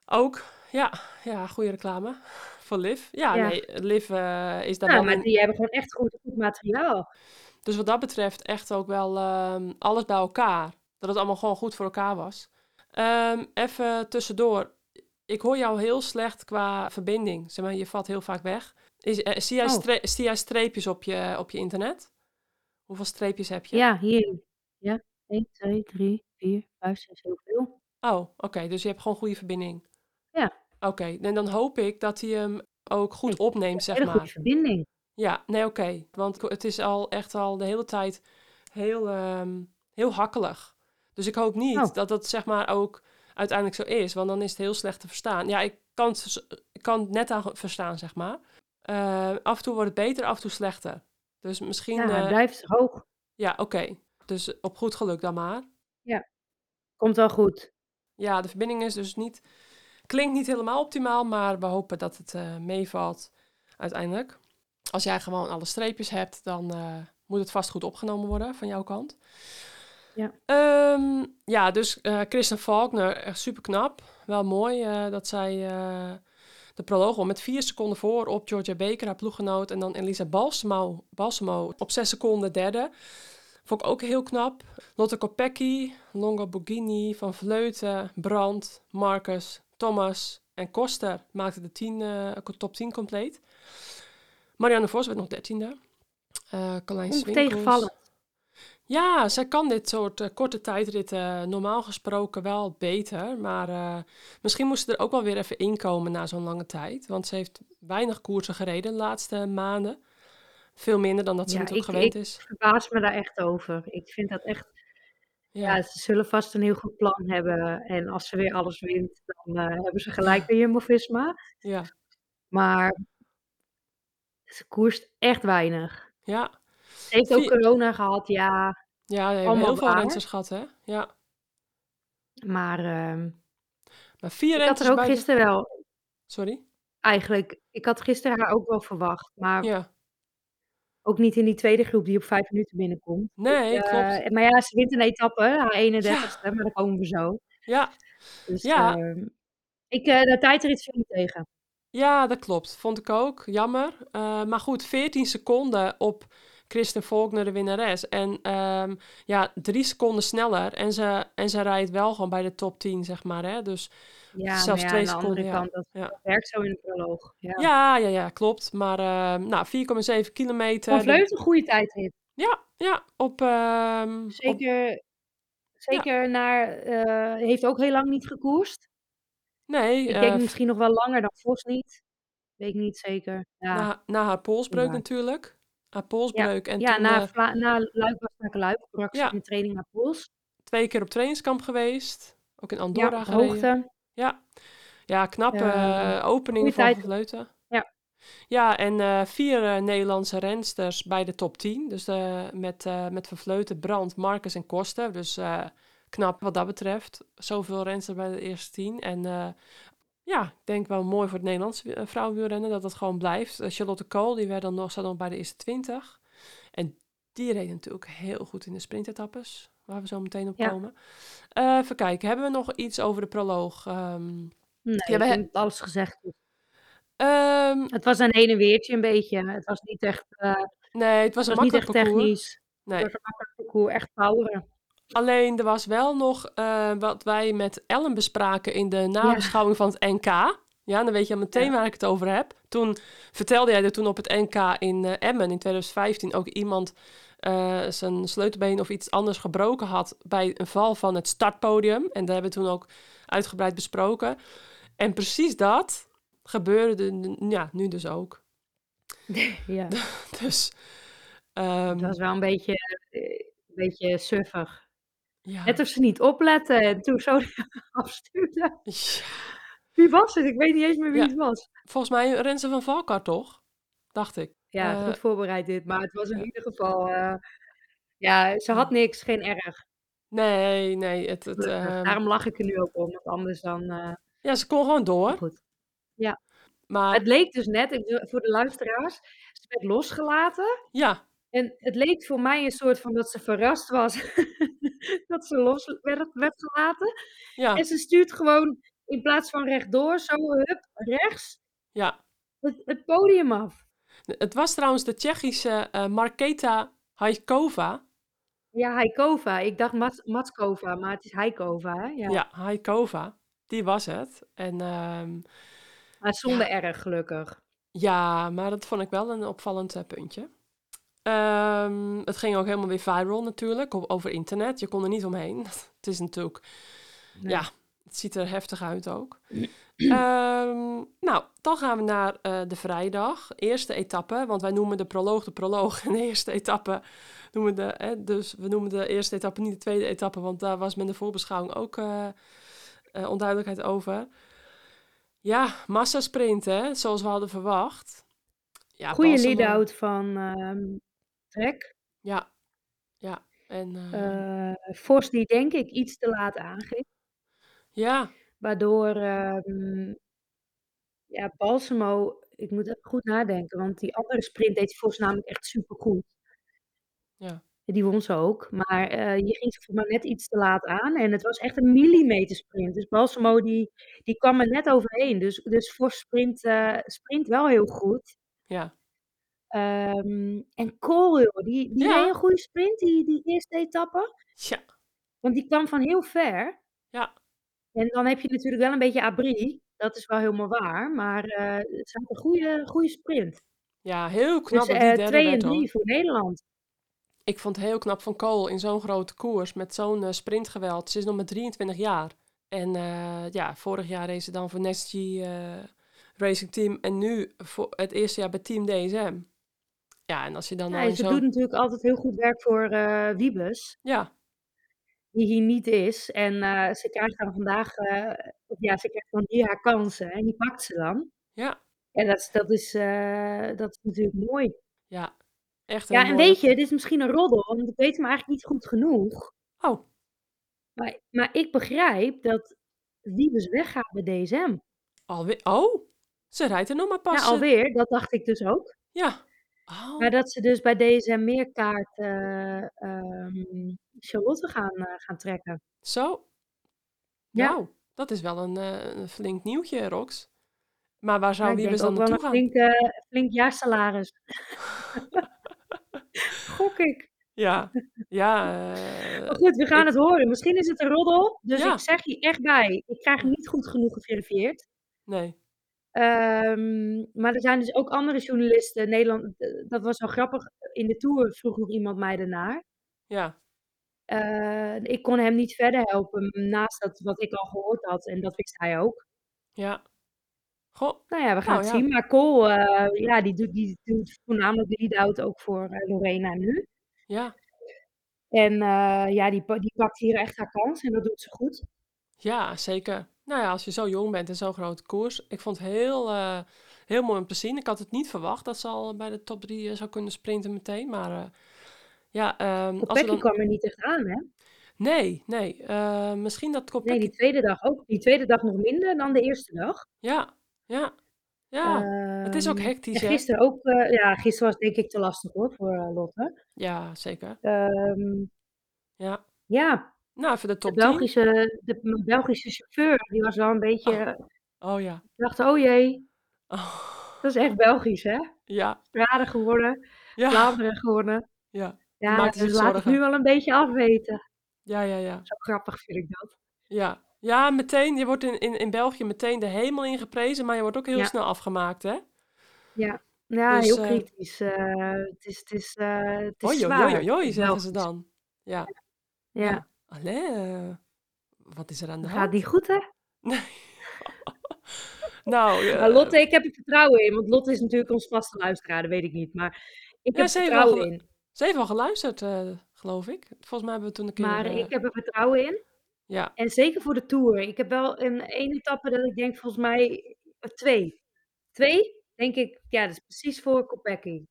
Speaker 1: ook. Ja, ja, goede reclame voor Liv. Ja,
Speaker 3: Ja.
Speaker 1: nee, Liv eh, is daar
Speaker 3: Ja,
Speaker 1: wel
Speaker 3: Nou, maar
Speaker 1: in-
Speaker 3: die hebben gewoon echt goed, goed materiaal.
Speaker 1: Dus wat dat betreft echt ook wel ehm, alles bij elkaar. Dat het allemaal gewoon goed voor elkaar was. Ehm, even tussendoor. Ik hoor jou heel slecht qua verbinding. Zeg maar, je vat heel vaak weg. Is, eh, zie, jij
Speaker 3: Oh.
Speaker 1: stre- zie jij streepjes op je, op je internet? Hoeveel streepjes heb je?
Speaker 3: Ja, hier. Ja, 1, 2, 3, 4, 5, 6, heel veel.
Speaker 1: Oh, oké. dus je hebt gewoon goede verbinding.
Speaker 3: Ja.
Speaker 1: Oké, en dan hoop ik dat hij hem ook goed
Speaker 3: Ik-
Speaker 1: opneemt, zeg
Speaker 3: Hele goede
Speaker 1: maar.
Speaker 3: verbinding.
Speaker 1: Ja, nee, oké. Want het is al echt al de hele tijd heel, ehm, heel hakkelig. Dus ik hoop niet
Speaker 3: Oh.
Speaker 1: dat dat zeg maar ook uiteindelijk zo is. Want dan is het heel slecht te verstaan. Ja, ik kan het, vers- ik kan het net aan verstaan, zeg maar. Eh, af en toe wordt het beter, af en toe slechter. Dus misschien...
Speaker 3: Ja, hij
Speaker 1: eh,
Speaker 3: blijft hoog.
Speaker 1: ja, oké. Dus op goed geluk dan maar.
Speaker 3: Komt wel goed.
Speaker 1: Ja, de verbinding is dus niet... Klinkt niet helemaal optimaal, maar we hopen dat het eh, meevalt uiteindelijk. Als jij gewoon alle streepjes hebt, dan eh, moet het vast goed opgenomen worden van jouw kant.
Speaker 3: Ja.
Speaker 1: Ehm, ja, dus eh Kristen Faulkner, echt super knap. Wel mooi eh, dat zij eh, de proloog won met vier seconden voor op Georgia Baker, haar ploeggenoot. En dan Elisa Balsamo, Balsamo op zes seconden derde. Vond ik ook heel knap. Lotte Kopecky, Longo Bugini, Van Vleuten, Brandt, Marcus, Thomas en Koster maakten de 10, eh, top 10 compleet. Marianne Vos werd nog dertiende. Eh Carlijn Swinkels.
Speaker 3: Ontegenvallen.
Speaker 1: Ja, zij kan dit soort eh, korte tijdritten normaal gesproken wel beter. Maar eh, misschien moest ze er ook wel weer even inkomen na zo'n lange tijd. Want ze heeft weinig koersen gereden de laatste maanden. Veel minder dan dat ze
Speaker 3: Ja,
Speaker 1: natuurlijk
Speaker 3: ik-
Speaker 1: gewend is.
Speaker 3: Verbaas me daar echt over. Ik vind dat echt...
Speaker 1: Ja.
Speaker 3: Ja, ze zullen vast een heel goed plan hebben. En als ze weer alles wint, dan eh, hebben ze gelijk weer Jumbo-Visma.
Speaker 1: ja.
Speaker 3: Maar ze koerst echt weinig.
Speaker 1: ja.
Speaker 3: Ze heeft ook
Speaker 1: Vier-
Speaker 3: corona gehad, ja.
Speaker 1: Ja, nee,
Speaker 3: Allemaal
Speaker 1: heel veel
Speaker 3: waar.
Speaker 1: rensters gehad, hè? Ja.
Speaker 3: Maar ehm,
Speaker 1: Maar vier
Speaker 3: ik had
Speaker 1: rensters
Speaker 3: er ook
Speaker 1: bij de-
Speaker 3: gisteren wel...
Speaker 1: Sorry?
Speaker 3: Eigenlijk, ik had gisteren haar ook wel verwacht. Maar
Speaker 1: Ja.
Speaker 3: ook niet in die tweede groep die op vijf minuten binnenkomt.
Speaker 1: Nee,
Speaker 3: Eh,
Speaker 1: klopt.
Speaker 3: maar ja, ze wint een etappe, haar 31ste, maar daar komen we zo.
Speaker 1: Ja.
Speaker 3: Dus,
Speaker 1: Ja.
Speaker 3: ehm, ik, eh de tijdrit viel me tegen.
Speaker 1: ja, dat klopt. Vond ik ook. Jammer. Eh, maar goed, 14 seconden op Kristen Faulkner, de winnares. En ehm, ja, drie seconden sneller. En ze, en ze rijdt wel gewoon bij de top 10, zeg maar. Hè? Dus
Speaker 3: Ja, maar
Speaker 1: Zelfs
Speaker 3: ja,
Speaker 1: twee
Speaker 3: aan de andere
Speaker 1: seconden, ja.
Speaker 3: kant, dat,
Speaker 1: Ja.
Speaker 3: dat werkt zo in de proloog. Ja.
Speaker 1: ja, ja, ja, klopt. Maar ehm, nou, 4,7
Speaker 3: Van
Speaker 1: kilometer.
Speaker 3: Vleuten een goede tijd heeft.
Speaker 1: Ja, ja. Op, ehm, op-
Speaker 3: Zeker, zeker naar, eh, heeft ook heel lang niet gekoerst.
Speaker 1: nee,
Speaker 3: Ik
Speaker 1: eh,
Speaker 3: denk misschien nog wel langer dan Vos niet. Weet ik niet zeker. Ja,
Speaker 1: na, na haar polsbreuk
Speaker 3: waar.
Speaker 1: natuurlijk. Haar polsbreuk. Nou, En
Speaker 3: ja
Speaker 1: toen,
Speaker 3: na,
Speaker 1: eh,
Speaker 3: Vla- na Luik was naar Luik, brak ze
Speaker 1: ja.
Speaker 3: in de training naar Pols.
Speaker 1: twee keer op trainingskamp geweest. Ook in
Speaker 3: Ja,
Speaker 1: Andorra gereden.
Speaker 3: hoogte.
Speaker 1: Ja, ja knappe
Speaker 3: Eh,
Speaker 1: eh, opening
Speaker 3: goede
Speaker 1: van
Speaker 3: tijd.
Speaker 1: Van Vleuten.
Speaker 3: Ja.
Speaker 1: Ja, en eh, vier eh, Nederlandse rensters bij de top 10. Dus eh, met, eh met Van Vleuten, Brandt, Marcus en Koster. Dus eh, knap wat dat betreft. Zoveel rensters bij de eerste 10. En eh, ja, ik denk wel mooi voor het Nederlands wi- eh, vrouwenwielrennen dat dat gewoon blijft. Eh, Charlotte Kool, die werd dan nog, zat nog bij de eerste 20. En die reed natuurlijk heel goed in de sprintetappes, waar we zo meteen op
Speaker 3: Ja.
Speaker 1: komen. Eh, even kijken, hebben we nog iets over de proloog? Ehm,
Speaker 3: Nee,
Speaker 1: Ja,
Speaker 3: ik
Speaker 1: we-
Speaker 3: denk dat alles gezegd is.
Speaker 1: ehm,
Speaker 3: Het was een heen en weertje een beetje. Het was niet echt, eh,
Speaker 1: nee, het was een
Speaker 3: het was niet
Speaker 1: makkelijk
Speaker 3: echt
Speaker 1: parcours.
Speaker 3: technisch.
Speaker 1: Nee.
Speaker 3: Het was een makkelijk parcours, echt poweren.
Speaker 1: Alleen er was wel nog eh, wat wij met Ellen bespraken in de nabeschouwing van het NK. Ja, dan weet je al meteen
Speaker 3: Ja.
Speaker 1: waar ik het over heb. Toen vertelde jij dat toen op het NK in eh, Emmen in 2015 ook iemand eh, zijn sleutelbeen of iets anders gebroken had bij een val van het startpodium. En dat hebben we toen ook uitgebreid besproken. En precies dat gebeurde nu- ja, nu dus ook.
Speaker 3: Ja.
Speaker 1: Dus ehm,
Speaker 3: Het was wel een beetje, eh, een beetje suffig.
Speaker 1: ja.
Speaker 3: Net of ze niet opletten en toen zo afstuurde.
Speaker 1: Ja.
Speaker 3: Wie was het? Ik weet niet eens meer wie
Speaker 1: Ja.
Speaker 3: het was.
Speaker 1: Volgens mij Renze van Valkar, toch? Dacht ik.
Speaker 3: Ja,
Speaker 1: Eh,
Speaker 3: goed voorbereid dit, maar het was in
Speaker 1: ja.
Speaker 3: ieder geval... eh, ja, ze had niks, geen erg.
Speaker 1: Nee, nee. Het, het,
Speaker 3: gelukkig.
Speaker 1: ehm,
Speaker 3: Daarom lach ik er nu ook om, want anders dan... eh,
Speaker 1: ja, ze kon gewoon door.
Speaker 3: goed.
Speaker 1: Maar
Speaker 3: Het leek dus net, ik wil- voor de luisteraars, ze werd losgelaten.
Speaker 1: ja,
Speaker 3: En het leek voor mij een soort van dat ze verrast was dat ze los werd, werd gelaten.
Speaker 1: ja,
Speaker 3: En ze stuurt gewoon in plaats van rechtdoor, zo hup, rechts,
Speaker 1: ja.
Speaker 3: het, het podium af.
Speaker 1: Het was trouwens de Tsjechische eh, Marketa Hajkova.
Speaker 3: Ja, Heikova. Ik dacht Mats, Matskova, maar het is Heikova, hè? Ja.
Speaker 1: Ja, Hajkova. Die was het. En ehm,
Speaker 3: Maar zonder erg, gelukkig.
Speaker 1: ja, maar dat vond ik wel een opvallend eh, puntje. Ehm, Ehm, het ging ook helemaal weer viral natuurlijk, op, over internet. Je kon er niet omheen. het is natuurlijk,
Speaker 3: Nee.
Speaker 1: ja, het ziet er heftig uit ook. Ehm, nou, dan gaan we naar eh, de vrijdag. Eerste etappe, want wij noemen de proloog de proloog. En de eerste etappe noemen we de, hè, dus we noemen de eerste etappe niet de tweede etappe, want daar was met de voorbeschouwing ook eh, eh, onduidelijkheid over. Ja, massasprint, hè, zoals we hadden verwacht. Ja,
Speaker 3: Goede
Speaker 1: Basseman.
Speaker 3: lead-out van ehm Trek.
Speaker 1: Ja, ja. En, eh,
Speaker 3: Eh Vos die denk ik iets te laat aangeeft.
Speaker 1: ja,
Speaker 3: Waardoor ehm, ja, Balsamo, ik moet even goed nadenken, want die andere sprint deed Vos namelijk echt supergoed.
Speaker 1: Ja.
Speaker 3: Die won ze ook, maar eh, je ging ze voor mij net iets te laat aan en het was echt een millimeter sprint. Dus Balsamo die, die kwam er net overheen, dus, dus Vos sprint, eh, sprint wel heel goed.
Speaker 1: ja,
Speaker 3: Ehm, en Cole, joh, die, die
Speaker 1: Ja.
Speaker 3: reed een goede sprint, die, die eerste etappe,
Speaker 1: ja,
Speaker 3: want die kwam van heel ver.
Speaker 1: ja,
Speaker 3: En dan heb je natuurlijk wel een beetje abri. Dat is wel helemaal waar. Maar eh het is een goede, goede sprint.
Speaker 1: ja, heel knap
Speaker 3: Dus
Speaker 1: dat
Speaker 3: eh,
Speaker 1: die derde
Speaker 3: twee en
Speaker 1: werd, hoor.
Speaker 3: drie voor Nederland.
Speaker 1: Ik vond het heel knap van Cole in zo'n grote koers met zo'n eh, sprintgeweld. Ze is nog maar 23 jaar. En eh, ja, vorig jaar race ze dan voor Nesty eh, Racing Team en nu voor het eerste jaar bij Team DSM. Ja, en als je dan al
Speaker 3: Ja,
Speaker 1: in
Speaker 3: ze
Speaker 1: zo'n...
Speaker 3: doet natuurlijk altijd heel goed werk voor eh Wiebes.
Speaker 1: Ja,
Speaker 3: Die hier niet is. En eh, ze krijgt dan vandaag... eh, of ja, ze krijgt dan hier haar kansen. En die pakt ze dan.
Speaker 1: ja,
Speaker 3: En dat is, dat is, eh, dat is natuurlijk mooi.
Speaker 1: ja. Echt
Speaker 3: Ja,
Speaker 1: heel
Speaker 3: en
Speaker 1: mooi.
Speaker 3: weet je, dit is misschien een roddel. Want ik weet hem eigenlijk niet goed genoeg.
Speaker 1: Oh,
Speaker 3: Maar, maar ik begrijp dat Wiebes weggaat bij DSM.
Speaker 1: alweer... Oh, ze rijdt er nog maar pas...
Speaker 3: Ja,
Speaker 1: eh,
Speaker 3: alweer. Dat dacht ik dus ook.
Speaker 1: Ja. Oh,
Speaker 3: Maar dat ze dus bij deze meerkaart eh, ehm, Charlotte gaan, eh, gaan trekken.
Speaker 1: Zo.
Speaker 3: Ja.
Speaker 1: Wauw, dat is wel een, eh, een flink nieuwtje, Rox. Maar waar
Speaker 3: Ja,
Speaker 1: zou
Speaker 3: Nou, ik
Speaker 1: Wiebes
Speaker 3: denk
Speaker 1: dan
Speaker 3: ook wel
Speaker 1: naartoe
Speaker 3: een
Speaker 1: gaan?
Speaker 3: flink, eh, flink jaarsalaris. Gok ik.
Speaker 1: Ja, ja. eh,
Speaker 3: Maar goed, we gaan
Speaker 1: ik-
Speaker 3: het horen. Misschien is het een roddel. Dus
Speaker 1: Ja.
Speaker 3: ik zeg je echt bij. Ik krijg het niet goed genoeg geverifieerd.
Speaker 1: nee,
Speaker 3: Ehm, maar er zijn dus ook andere journalisten. Nederland, eh, dat was wel grappig. In de tour vroeg nog iemand mij daarnaar.
Speaker 1: ja,
Speaker 3: Eh, ik kon hem niet verder helpen naast dat wat ik al gehoord had. En dat wist hij ook.
Speaker 1: ja. Goh,
Speaker 3: Nou ja, we gaan
Speaker 1: Nou
Speaker 3: het
Speaker 1: ja.
Speaker 3: zien. Maar Cole, eh, ja, die doet, die doet voornamelijk de lead-out ook voor eh, Lorena nu.
Speaker 1: ja,
Speaker 3: En eh, ja, die, pa- die pakt hier echt haar kans en dat doet ze goed.
Speaker 1: Mm, ja, zeker. Nou ja, als je zo jong bent en zo'n grote koers. Ik vond het heel, eh, heel mooi om te zien. Ik had het niet verwacht dat ze al bij de top drie eh, zou kunnen sprinten meteen. Maar eh, ja, ehm, als we
Speaker 3: Kopecky
Speaker 1: dan... Oh,
Speaker 3: kwam er niet echt aan, hè?
Speaker 1: Nee, nee. eh, misschien dat
Speaker 3: Nee,
Speaker 1: Kopecky...
Speaker 3: die tweede dag ook. Die tweede dag nog minder dan de eerste dag.
Speaker 1: Ja, ja, ja. het is ook
Speaker 3: Ehm,
Speaker 1: hectisch,
Speaker 3: en
Speaker 1: hè?
Speaker 3: gisteren ook, eh, ja, gisteren was denk ik te lastig hoor voor eh, Lotte.
Speaker 1: Ja, zeker.
Speaker 3: Ehm,
Speaker 1: Ja.
Speaker 3: ja,
Speaker 1: Nou, voor de
Speaker 3: de
Speaker 1: top 10.
Speaker 3: Belgische, de Belgische chauffeur, die was wel een beetje, ik
Speaker 1: Oh ja.
Speaker 3: dacht, oh jee,
Speaker 1: Oh,
Speaker 3: dat is echt Belgisch, hè?
Speaker 1: ja.
Speaker 3: Strade geworden,
Speaker 1: Ja.
Speaker 3: Vlaanderen geworden.
Speaker 1: Ja.
Speaker 3: Ja,
Speaker 1: Maakt
Speaker 3: dus
Speaker 1: zich
Speaker 3: laat ik
Speaker 1: zorgen.
Speaker 3: nu wel een beetje afweten.
Speaker 1: Ja, ja, ja.
Speaker 3: Zo grappig vind ik dat.
Speaker 1: Ja, ja meteen. Je wordt in, in, in België meteen de hemel in geprezen, maar je wordt ook heel
Speaker 3: Ja.
Speaker 1: snel afgemaakt, hè?
Speaker 3: Ja, ja
Speaker 1: Dus,
Speaker 3: heel
Speaker 1: eh,
Speaker 3: kritisch. eh, het is, het is, eh, het is
Speaker 1: Hoi, hoi,
Speaker 3: zwaar.
Speaker 1: hoi, hoi,
Speaker 3: het
Speaker 1: zeggen ze
Speaker 3: Belgisch.
Speaker 1: dan. Ja.
Speaker 3: Ja,
Speaker 1: Allee, eh, wat is er aan de
Speaker 3: dat
Speaker 1: hand?
Speaker 3: gaat niet goed,
Speaker 1: Eh,
Speaker 3: hè?
Speaker 1: Nou, eh,
Speaker 3: Maar Lotte, ik heb er vertrouwen in. Want Lotte is natuurlijk ons vaste luisteraar, dat weet ik niet. Maar ik
Speaker 1: Ja,
Speaker 3: heb
Speaker 1: ze
Speaker 3: er
Speaker 1: heeft wel
Speaker 3: vertrouwen in.
Speaker 1: ze heeft wel geluisterd, eh, geloof ik. Volgens mij hebben we toen een keer...
Speaker 3: Maar
Speaker 1: eh,
Speaker 3: ik heb er vertrouwen in.
Speaker 1: Ja,
Speaker 3: En zeker voor de Tour. Ik heb wel een één etappe dat ik denk, volgens mij eh, twee. Twee, denk ik. Ja, dat is precies voor Kopecky.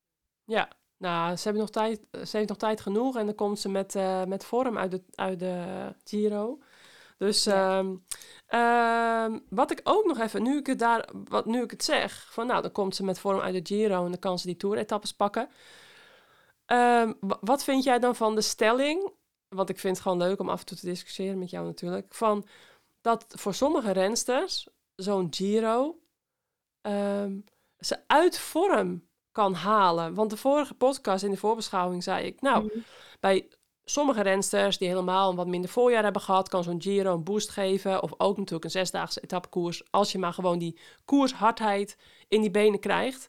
Speaker 1: ja. Nou, ze, hebben nog tijd, ze heeft nog tijd genoeg en dan komt ze met, eh, met vorm uit de, uit de Giro. Dus
Speaker 3: Ja.
Speaker 1: ehm, ehm, wat ik ook nog even, nu ik het, daar, wat, nu ik het zeg, van nou, dan komt ze met vorm uit de Giro en dan kan ze die toeretappes pakken. Ehm, wa- wat vind jij dan van de stelling? Want ik vind het gewoon leuk om af en toe te discussiëren met jou natuurlijk. Van dat voor sommige rensters zo'n Giro ehm, ze uit vorm kan halen. Want de vorige podcast in de voorbeschouwing zei ik, nou,
Speaker 3: Mhm.
Speaker 1: bij sommige rensters die helemaal een wat minder voorjaar hebben gehad, kan zo'n Giro een boost geven. Of ook natuurlijk een zesdaagse etappekoers. Als je maar gewoon die koershardheid in die benen krijgt.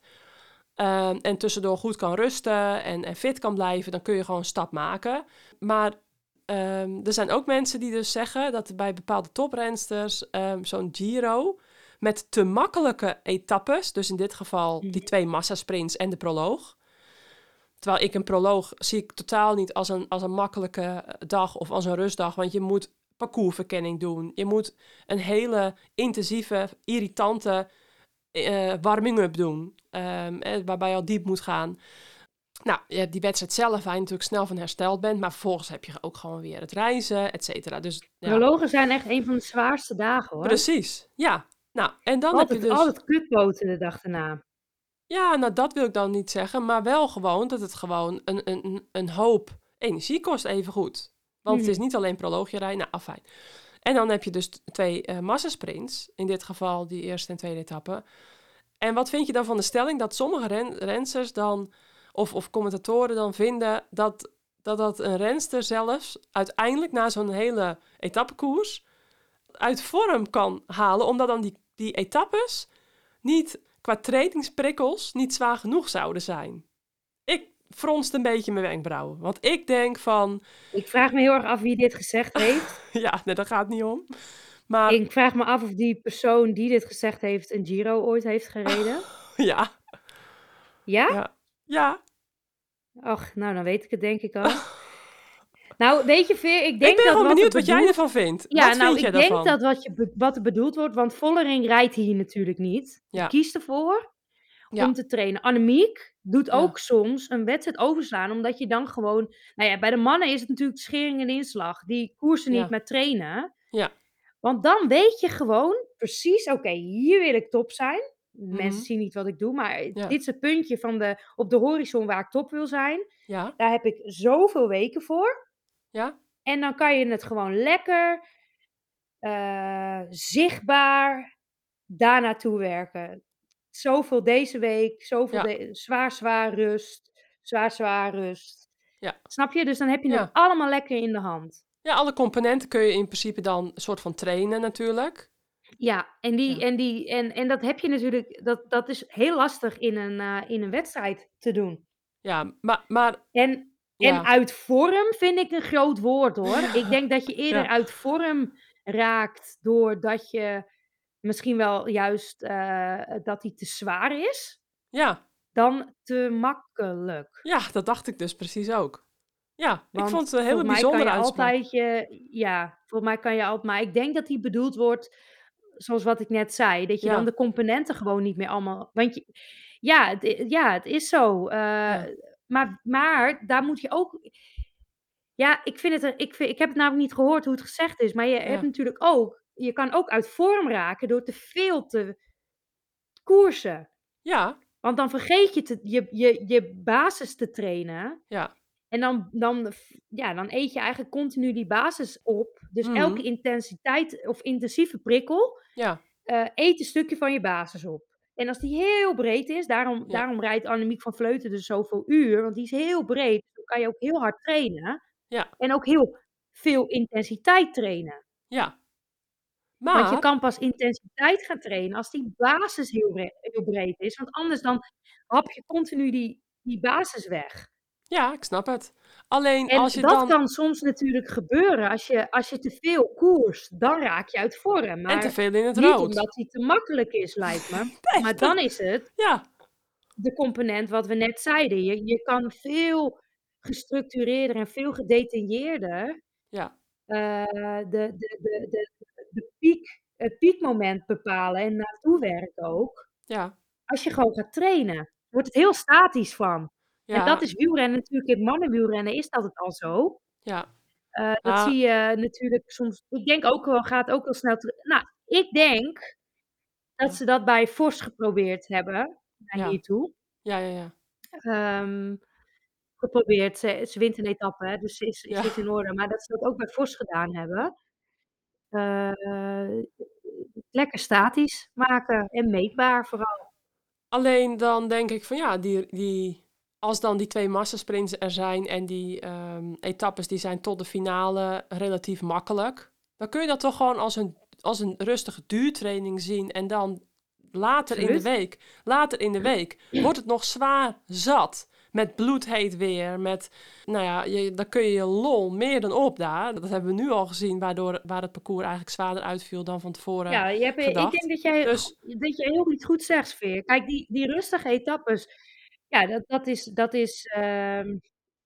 Speaker 1: ehm, en tussendoor goed kan rusten en, en fit kan blijven, dan kun je gewoon een stap maken. Maar ehm, er zijn ook mensen die dus zeggen dat bij bepaalde toprensters ehm, zo'n Giro met te makkelijke etappes, dus in dit geval
Speaker 3: Mhm.
Speaker 1: die twee massasprints en de proloog. Terwijl ik een proloog zie ik totaal niet als een, als een makkelijke eh, dag of als een rustdag, want je moet parcoursverkenning doen. Je moet een hele intensieve, irritante eh, warming-up doen. ehm, eh, waarbij je al diep moet gaan. Nou, je hebt die wedstrijd zelf, waar je natuurlijk snel van hersteld bent. Maar vervolgens heb je ook gewoon weer het reizen, et cetera. Dus ja,
Speaker 3: Prologen zijn echt een van de zwaarste dagen hoor.
Speaker 1: precies. Ja, nou, en dan
Speaker 3: altijd,
Speaker 1: heb je dus...
Speaker 3: altijd kutpoten de dag daarna.
Speaker 1: Ja, nou dat wil ik dan niet zeggen, maar wel gewoon dat het gewoon een, een, een hoop energie kost even goed. Want het is niet alleen proloogje rijden, nou afijn. En dan heb je dus t- twee eh massasprints, in dit geval die eerste en tweede etappe. En wat vind je dan van de stelling dat sommige ren rensters dan, of, of commentatoren dan vinden, dat, dat dat een renster zelfs uiteindelijk na zo'n hele etappekoers uit vorm kan halen, omdat dan die, die etappes niet qua trainingsprikkels niet zwaar genoeg zouden zijn. Ik fronst een beetje mijn wenkbrauwen, want ik denk van,
Speaker 3: Ik vraag me heel erg af wie dit gezegd heeft.
Speaker 1: ja, nee, dat gaat niet om. Maar
Speaker 3: Ik vraag me af of die persoon die dit gezegd heeft een Giro ooit heeft gereden.
Speaker 1: Ah. ja,
Speaker 3: Ja?
Speaker 1: ja,
Speaker 3: Ach, nou dan weet ik het denk ik al. Nou, weet je Veer, ik denk
Speaker 1: Ah. ik ben
Speaker 3: dat
Speaker 1: gewoon
Speaker 3: wat
Speaker 1: benieuwd
Speaker 3: er
Speaker 1: wat jij
Speaker 3: bedoeld-
Speaker 1: ervan vindt.
Speaker 3: Ja,
Speaker 1: wat
Speaker 3: nou,
Speaker 1: vind jij
Speaker 3: ik denk
Speaker 1: daarvan?
Speaker 3: dat wat, je, be- wat er bedoeld wordt, want Vollering rijdt hier natuurlijk niet. Die
Speaker 1: Ja.
Speaker 3: kiest ervoor
Speaker 1: Ja.
Speaker 3: om te trainen. Annemiek doet
Speaker 1: Ja.
Speaker 3: ook soms een wedstrijd overslaan, omdat je dan gewoon... Nou ja, bij de mannen is het natuurlijk schering en inslag. Die koersen niet
Speaker 1: Ja.
Speaker 3: met trainen.
Speaker 1: Ja.
Speaker 3: Want dan weet je gewoon precies, oké, hier wil ik top zijn. Mensen
Speaker 1: Mhm.
Speaker 3: zien niet wat ik doe, maar
Speaker 1: Ja.
Speaker 3: dit is het puntje van de, op de horizon waar ik top wil zijn.
Speaker 1: Ja,
Speaker 3: Daar heb ik zoveel weken voor.
Speaker 1: Ja.
Speaker 3: En dan kan je het gewoon lekker eh, zichtbaar daar naartoe werken. Zoveel deze week, zoveel
Speaker 1: Ja.
Speaker 3: de- zwaar, zwaar rust, zwaar, zwaar rust.
Speaker 1: Ja.
Speaker 3: Snap je? Dus dan heb je het
Speaker 1: Ja.
Speaker 3: allemaal lekker in de hand.
Speaker 1: ja, alle componenten kun je in principe dan een soort van trainen natuurlijk.
Speaker 3: Ja, en, die,
Speaker 1: Ja.
Speaker 3: En, die, en, en dat heb je natuurlijk, dat, dat is heel lastig in een, eh, in een wedstrijd te doen.
Speaker 1: Ja, maar, maar
Speaker 3: En
Speaker 1: ja.
Speaker 3: En uit vorm vind ik een groot woord hoor. Ik denk dat je eerder
Speaker 1: Ja.
Speaker 3: uit vorm raakt doordat je misschien wel juist eh, dat hij te zwaar is,
Speaker 1: ja,
Speaker 3: dan te makkelijk.
Speaker 1: ja, dat dacht ik dus precies ook. Ja,
Speaker 3: Want
Speaker 1: ik vond het een hele
Speaker 3: volgens mij kan
Speaker 1: bijzondere
Speaker 3: je
Speaker 1: uitspraak.
Speaker 3: altijd je, ja, volgens mij kan je altijd, maar ik denk dat die bedoeld wordt, zoals wat ik net zei, dat je
Speaker 1: Ja.
Speaker 3: dan de componenten gewoon niet meer allemaal, want je, ja, het, i- ja, het is zo. eh,
Speaker 1: Ja.
Speaker 3: Maar, maar daar moet je ook, ja, ik vind het, een- ik, vind, ik heb het namelijk niet gehoord hoe het gezegd is, maar je hebt
Speaker 1: Ja.
Speaker 3: natuurlijk ook, je kan ook uit vorm raken door te veel te koersen.
Speaker 1: Ja,
Speaker 3: Want dan vergeet je te, je, je, je basis te trainen.
Speaker 1: Ja.
Speaker 3: En dan, dan, f- ja, dan eet je eigenlijk continu die basis op. Dus
Speaker 1: Mhm.
Speaker 3: elke intensiteit of intensieve prikkel
Speaker 1: ja,
Speaker 3: eh, eet een stukje van je basis op. En als die heel breed is, daarom,
Speaker 1: Ja.
Speaker 3: daarom rijdt Annemiek van Vleuten dus zoveel uur. Want die is heel breed. Dus Dan kan je ook heel hard trainen.
Speaker 1: Ja.
Speaker 3: En ook heel veel intensiteit trainen.
Speaker 1: ja.
Speaker 3: Want
Speaker 1: Maar,
Speaker 3: je kan pas intensiteit gaan trainen als die basis heel, bre- heel breed is. Want anders dan hap je continu die, die basis weg.
Speaker 1: ja, ik snap het. Alleen
Speaker 3: En
Speaker 1: als je
Speaker 3: dat
Speaker 1: dan...
Speaker 3: kan soms natuurlijk gebeuren als je, als je te veel koerst. Dan raak je uit vorm. Maar
Speaker 1: En te veel in het
Speaker 3: niet
Speaker 1: rood.
Speaker 3: omdat die te makkelijk is, lijkt me.
Speaker 1: Nee,
Speaker 3: maar
Speaker 1: dat-
Speaker 3: dan is het
Speaker 1: Ja,
Speaker 3: de component wat we net zeiden. Je, je kan veel gestructureerder en veel gedetailleerder
Speaker 1: ja,
Speaker 3: eh, de, de, de, de, de piek, het piekmoment bepalen en naartoe werken ook.
Speaker 1: ja,
Speaker 3: als je gewoon gaat trainen, wordt het heel statisch van.
Speaker 1: ja.
Speaker 3: En dat is wielrennen natuurlijk, in het mannenwielrennen is dat het al zo.
Speaker 1: Ja,
Speaker 3: Eh, dat
Speaker 1: Ah.
Speaker 3: zie je natuurlijk soms, ik denk ook wel, gaat ook wel snel terug. Nou, ik denk dat
Speaker 1: Ja.
Speaker 3: ze dat bij Vos geprobeerd hebben, naar
Speaker 1: Ja.
Speaker 3: hiertoe.
Speaker 1: ja, ja, ja.
Speaker 3: Ehm, geprobeerd, ze, ze wint een etappe, hè, dus ze is, is
Speaker 1: Ja.
Speaker 3: dit in orde. Maar dat ze dat ook bij Vos gedaan hebben. Eh, lekker statisch maken en meetbaar vooral.
Speaker 1: Alleen dan denk ik van ja, die, die, als dan die twee massasprints er zijn en die ehm, etappes die zijn tot de finale relatief makkelijk, dan kun je dat toch gewoon als een, als een rustige duurtraining zien en dan later in de
Speaker 3: Absoluut.
Speaker 1: week, later in de week, wordt het nog zwaar zat. Met bloedheet weer, met, nou ja, je, dan kun je je lol meer dan op daar. Dat hebben we nu al gezien, waardoor, waar het parcours eigenlijk zwaarder uitviel dan van tevoren.
Speaker 3: Ja, je hebt, ik
Speaker 1: gedacht.
Speaker 3: denk dat jij
Speaker 1: Dus
Speaker 3: dat je heel iets goed zegt, Veer. Kijk, die, die rustige etappes, ja, dat, dat is, dat is ehm,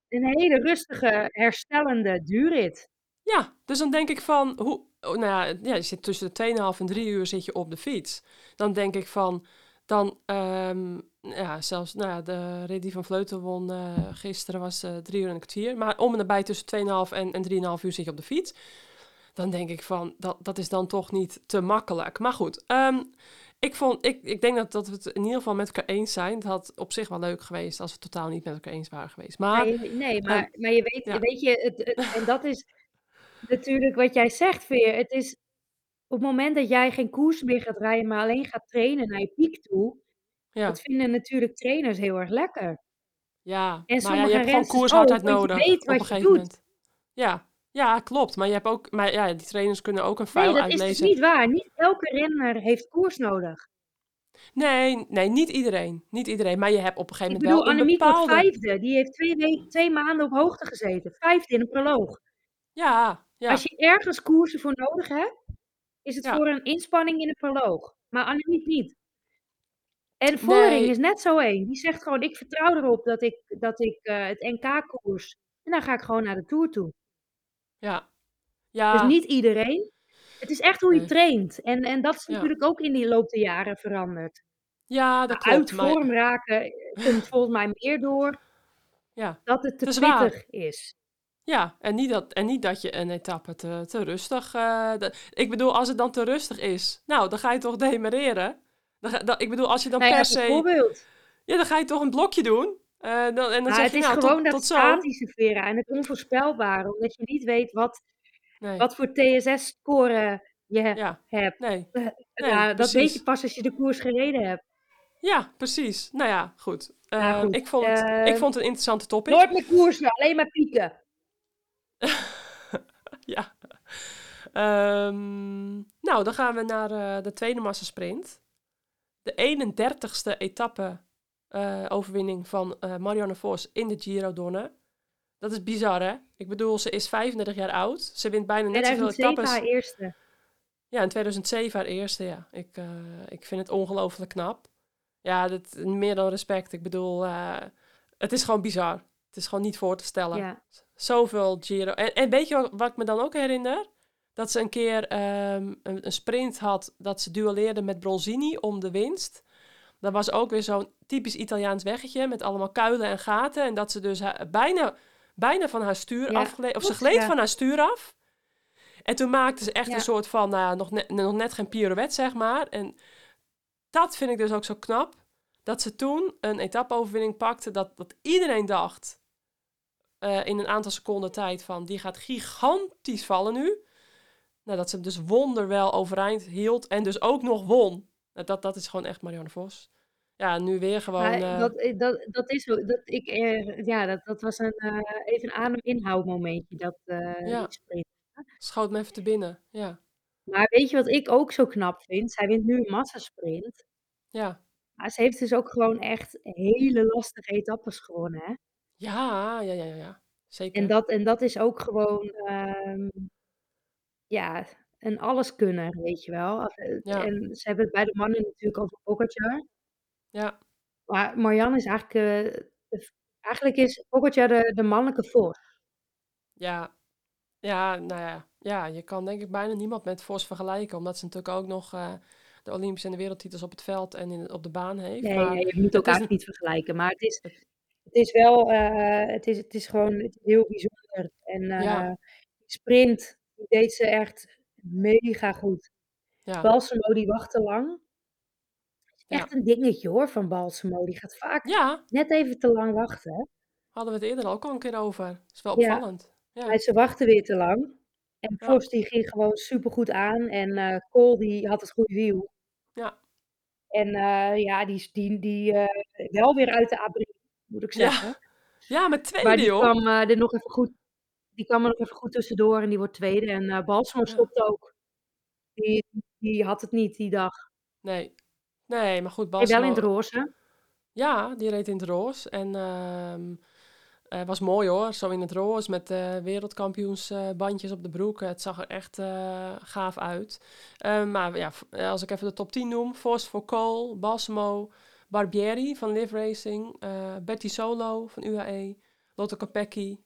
Speaker 3: een hele rustige, herstellende duurrit.
Speaker 1: Ja, dus dan denk ik van, hoe, oh, nou ja, ja, je zit tussen de 2,5 en 3 uur zit je op de fiets. Dan denk ik van, dan, ehm, ja, zelfs, nou ja, de rit die van Vleuten won eh, gisteren was eh 3 uur en een kwartier. Maar om en nabij tussen 2,5 en, en 3,5 uur zit je op de fiets. Dan denk ik van, dat, dat is dan toch niet te makkelijk. Maar goed, ehm, ik, vond, ik, ik denk dat, dat we het in ieder geval met elkaar eens zijn. Het had op zich wel leuk geweest als we het totaal niet met elkaar eens waren geweest. Maar
Speaker 3: Nee, nee maar, maar je weet,
Speaker 1: Ehm, ja.
Speaker 3: weet je, het, het- en dat is natuurlijk wat jij zegt, Veer. Het is op het moment dat jij geen koers meer gaat rijden, maar alleen gaat trainen naar je piek toe,
Speaker 1: ja,
Speaker 3: dat vinden natuurlijk trainers heel erg lekker.
Speaker 1: Ja, maar ja,
Speaker 3: En
Speaker 1: je
Speaker 3: sommige
Speaker 1: hebt gewoon
Speaker 3: rensters
Speaker 1: koershardheid
Speaker 3: ook, want je
Speaker 1: nodig
Speaker 3: weet
Speaker 1: op
Speaker 3: wat
Speaker 1: een
Speaker 3: je
Speaker 1: gegeven
Speaker 3: doet.
Speaker 1: moment. Ja. ja, klopt. Maar je hebt ook, maar ja, die trainers kunnen ook een
Speaker 3: Nee,
Speaker 1: vuil
Speaker 3: dat is dus
Speaker 1: uitlezen.
Speaker 3: niet waar. Niet elke renner heeft koers nodig.
Speaker 1: Nee, nee, niet iedereen. Niet iedereen. Maar je hebt op een
Speaker 3: Ik
Speaker 1: gegeven moment
Speaker 3: bedoel,
Speaker 1: wel een
Speaker 3: Annemiek wordt
Speaker 1: bepaalde.
Speaker 3: vijfde. Die heeft twee, we- twee maanden op hoogte gezeten. Vijfde in een proloog.
Speaker 1: Ja, ja,
Speaker 3: Als je ergens koersen voor nodig hebt, is het
Speaker 1: Ja.
Speaker 3: voor een inspanning in een proloog. Maar Annemiek niet. En Vollering
Speaker 1: Nee.
Speaker 3: is net zo één. Die zegt gewoon, ik vertrouw erop dat ik, dat ik eh, het NK koers. En dan ga ik gewoon naar de Tour toe.
Speaker 1: ja. Ja,
Speaker 3: Dus niet iedereen. Het is echt hoe je
Speaker 1: Nee.
Speaker 3: traint. En, en dat is
Speaker 1: Ja.
Speaker 3: natuurlijk ook in die loop der jaren veranderd.
Speaker 1: ja, dat klopt.
Speaker 3: uit
Speaker 1: maar-
Speaker 3: vorm raken eh, komt volgens mij meer door
Speaker 1: Ja.
Speaker 3: dat het te
Speaker 1: Dat is waar.
Speaker 3: pittig is.
Speaker 1: Ja, en niet dat, en niet dat je een etappe te, te rustig. eh, dat- ik bedoel, als het dan te rustig is, nou, dan ga je toch demereren. Dan ga- dan- ik bedoel, als je dan
Speaker 3: Nou ja,
Speaker 1: per se.
Speaker 3: bijvoorbeeld.
Speaker 1: Ja, dan ga je toch een blokje doen. Eh, dan, en dan
Speaker 3: Maar
Speaker 1: zeg
Speaker 3: het
Speaker 1: je
Speaker 3: is
Speaker 1: nou, tot-
Speaker 3: gewoon dat
Speaker 1: tot zo.
Speaker 3: statische Vera en het onvoorspelbare, omdat je niet weet wat,
Speaker 1: Nee,
Speaker 3: wat voor TSS-score je
Speaker 1: ja.
Speaker 3: hebt.
Speaker 1: Nee. nee,
Speaker 3: Eh, ja, dat weet je
Speaker 1: precies.
Speaker 3: pas als je de koers gereden hebt.
Speaker 1: Ja, precies. Nou ja, goed.
Speaker 3: Nou,
Speaker 1: Ehm,
Speaker 3: goed.
Speaker 1: Ik, vond, het- ik
Speaker 3: Ehm,
Speaker 1: vond het een interessante topic.
Speaker 3: Nooit meer koersen, alleen maar pieken.
Speaker 1: ja. Ehm, nou, dan gaan we naar eh, de tweede massasprint. De 31ste etappe eh, overwinning van eh, Marianne Vos in de Giro d'Onne. Dat is bizar, hè? Ik bedoel, ze is 35 jaar oud. Ze wint bijna net zoveel
Speaker 3: 2007
Speaker 1: etappes.
Speaker 3: haar eerste.
Speaker 1: Ja, in 2007 haar eerste, ja. Ik, eh, ik vind het ongelooflijk knap. Ja, dat, meer dan respect. Ik bedoel, eh, het is gewoon bizar. Het is gewoon niet voor te stellen.
Speaker 3: Ja.
Speaker 1: Zoveel Giro. En, en weet je wat, wat ik me dan ook herinner? Dat ze een keer ehm, een, een sprint had dat ze duelleerde met Bronzini om de winst. Dat was ook weer zo'n typisch Italiaans weggetje met allemaal kuilen en gaten. En dat ze dus ha- bijna, bijna van haar stuur
Speaker 3: Ja,
Speaker 1: afgleed. Of ze
Speaker 3: klopt,
Speaker 1: gleed
Speaker 3: ja.
Speaker 1: van haar stuur af. En toen maakte ze echt
Speaker 3: Ja.
Speaker 1: een soort van, nou ja, nog, net, nog net geen pirouette, zeg maar. En dat vind ik dus ook zo knap. Dat ze toen een etappeoverwinning pakte. Dat, dat iedereen dacht, eh, in een aantal seconden tijd van die gaat gigantisch vallen nu. Nou, dat ze hem dus wonderwel overeind hield en dus ook nog won. Nou, dat, dat is gewoon echt Marianne Vos. Ja, nu weer gewoon.
Speaker 3: Maar
Speaker 1: eh,
Speaker 3: dat, eh, dat, dat is zo. Dat, ik, eh, ja, dat, dat was een, eh, even een adem-inhoud-momentje, dat eh
Speaker 1: Ja.
Speaker 3: die sprint.
Speaker 1: Schoot me even te binnen. Ja,
Speaker 3: Maar weet je wat ik ook zo knap vind? Zij wint nu een massasprint.
Speaker 1: ja.
Speaker 3: Maar ze heeft dus ook gewoon echt hele lastige etappes gewonnen. Hè?
Speaker 1: Ja, ja, ja, ja. ja. Zeker.
Speaker 3: En, dat, en dat is ook gewoon ehm, ja, een alleskunner, weet je wel. Af- eh,
Speaker 1: Ja.
Speaker 3: En ze hebben het bij de mannen natuurlijk over Pogacar.
Speaker 1: Ja,
Speaker 3: Maar Marianne is eigenlijk... eh, de v- eigenlijk is Pogacar de, de mannelijke voor.
Speaker 1: ja. Ja, nou ja. Ja, je kan denk ik bijna niemand met Vos vergelijken. Omdat ze natuurlijk ook nog eh, de Olympische en de wereldtitels op het veld en in, op de baan heeft.
Speaker 3: Nee,
Speaker 1: maar
Speaker 3: nee, je moet
Speaker 1: het is
Speaker 3: elkaar
Speaker 1: een-
Speaker 3: niet vergelijken. Maar het is,
Speaker 1: het-
Speaker 3: het is wel... eh, het, is, het is gewoon het is heel bijzonder. En
Speaker 1: Ja.
Speaker 3: eh, die sprint die deed ze echt mega goed.
Speaker 1: ja.
Speaker 3: Balsamo die wacht te lang.
Speaker 1: Ja.
Speaker 3: Echt een dingetje hoor van Balsamo. Die gaat vaak
Speaker 1: ja,
Speaker 3: net even te lang wachten. hè.
Speaker 1: Hadden we het eerder ook al een keer over. Is wel
Speaker 3: Ja.
Speaker 1: opvallend. Ja.
Speaker 3: Maar ze wachten weer te lang. En
Speaker 1: Ja.
Speaker 3: Vos die ging gewoon supergoed aan. En eh Cole die had het goede wiel.
Speaker 1: Ja.
Speaker 3: En eh, ja, die, is- die, die eh, wel weer uit de abri, moet ik zeggen.
Speaker 1: Ja. ja, met
Speaker 3: Maar
Speaker 1: tweede,
Speaker 3: die
Speaker 1: joh.
Speaker 3: kwam, eh, er nog even goed, die kwam er nog even goed tussendoor en die wordt tweede. En eh Balsamo
Speaker 1: Ja.
Speaker 3: stopte ook. Die, die had het niet die dag.
Speaker 1: Nee. Nee, maar goed,
Speaker 3: Hey, wel in het
Speaker 1: Barcelona...
Speaker 3: roze.
Speaker 1: Ja, die reed in het roos. En ehm, eh, was mooi hoor, zo in het roos met eh wereldkampioensbandjes op de broek. Het zag er echt eh, gaaf uit. Eh, maar ja, v- eh, als ik even de top 10 noem. Vos voor Kool, Basmo, Barbieri van Live Racing, eh, Betty Solo van UAE, Lotte Kopecky,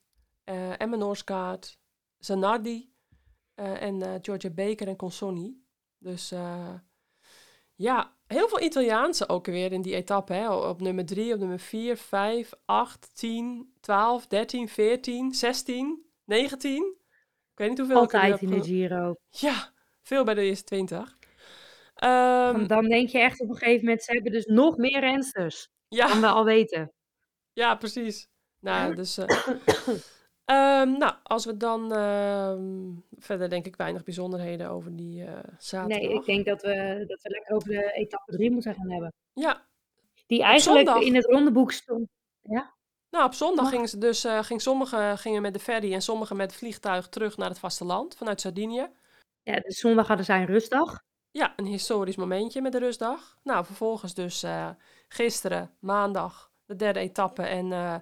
Speaker 1: eh Emma Noorskaart, Zanardi eh, en eh Georgia Baker en Consoni. Dus... eh, ja, heel veel Italiaanse ook weer in die etappe. Hè? Op nummer 3, op nummer 4, 5, 8, 10, 12, 13, 14, 16, 19. Ik weet niet hoeveel ik er
Speaker 3: Altijd
Speaker 1: nu
Speaker 3: in
Speaker 1: heb
Speaker 3: de
Speaker 1: ge-
Speaker 3: Giro.
Speaker 1: Ja, veel bij de eerste 20. Ehm,
Speaker 3: Want dan denk je echt op een gegeven moment, ze hebben dus nog meer rensters dan
Speaker 1: ja,
Speaker 3: we al weten.
Speaker 1: ja, precies. Nou, dus, eh, ehm, nou, als we dan ehm, verder denk ik weinig bijzonderheden over die eh, zaterdag.
Speaker 3: Nee, ik denk dat we, dat we lekker over de etappe 3 moeten gaan hebben.
Speaker 1: Ja,
Speaker 3: Die eigenlijk
Speaker 1: zondag.
Speaker 3: in het rondeboek stond.
Speaker 1: Nou, op zondag
Speaker 3: Mag-
Speaker 1: gingen ze dus, eh, ging sommigen gingen met de ferry en sommigen met vliegtuig terug naar het vasteland vanuit Sardinië.
Speaker 3: Ja, dus zondag hadden zij een rustdag.
Speaker 1: Ja, een historisch momentje met de rustdag. Nou, vervolgens dus eh, gisteren, maandag, de derde etappe en eh,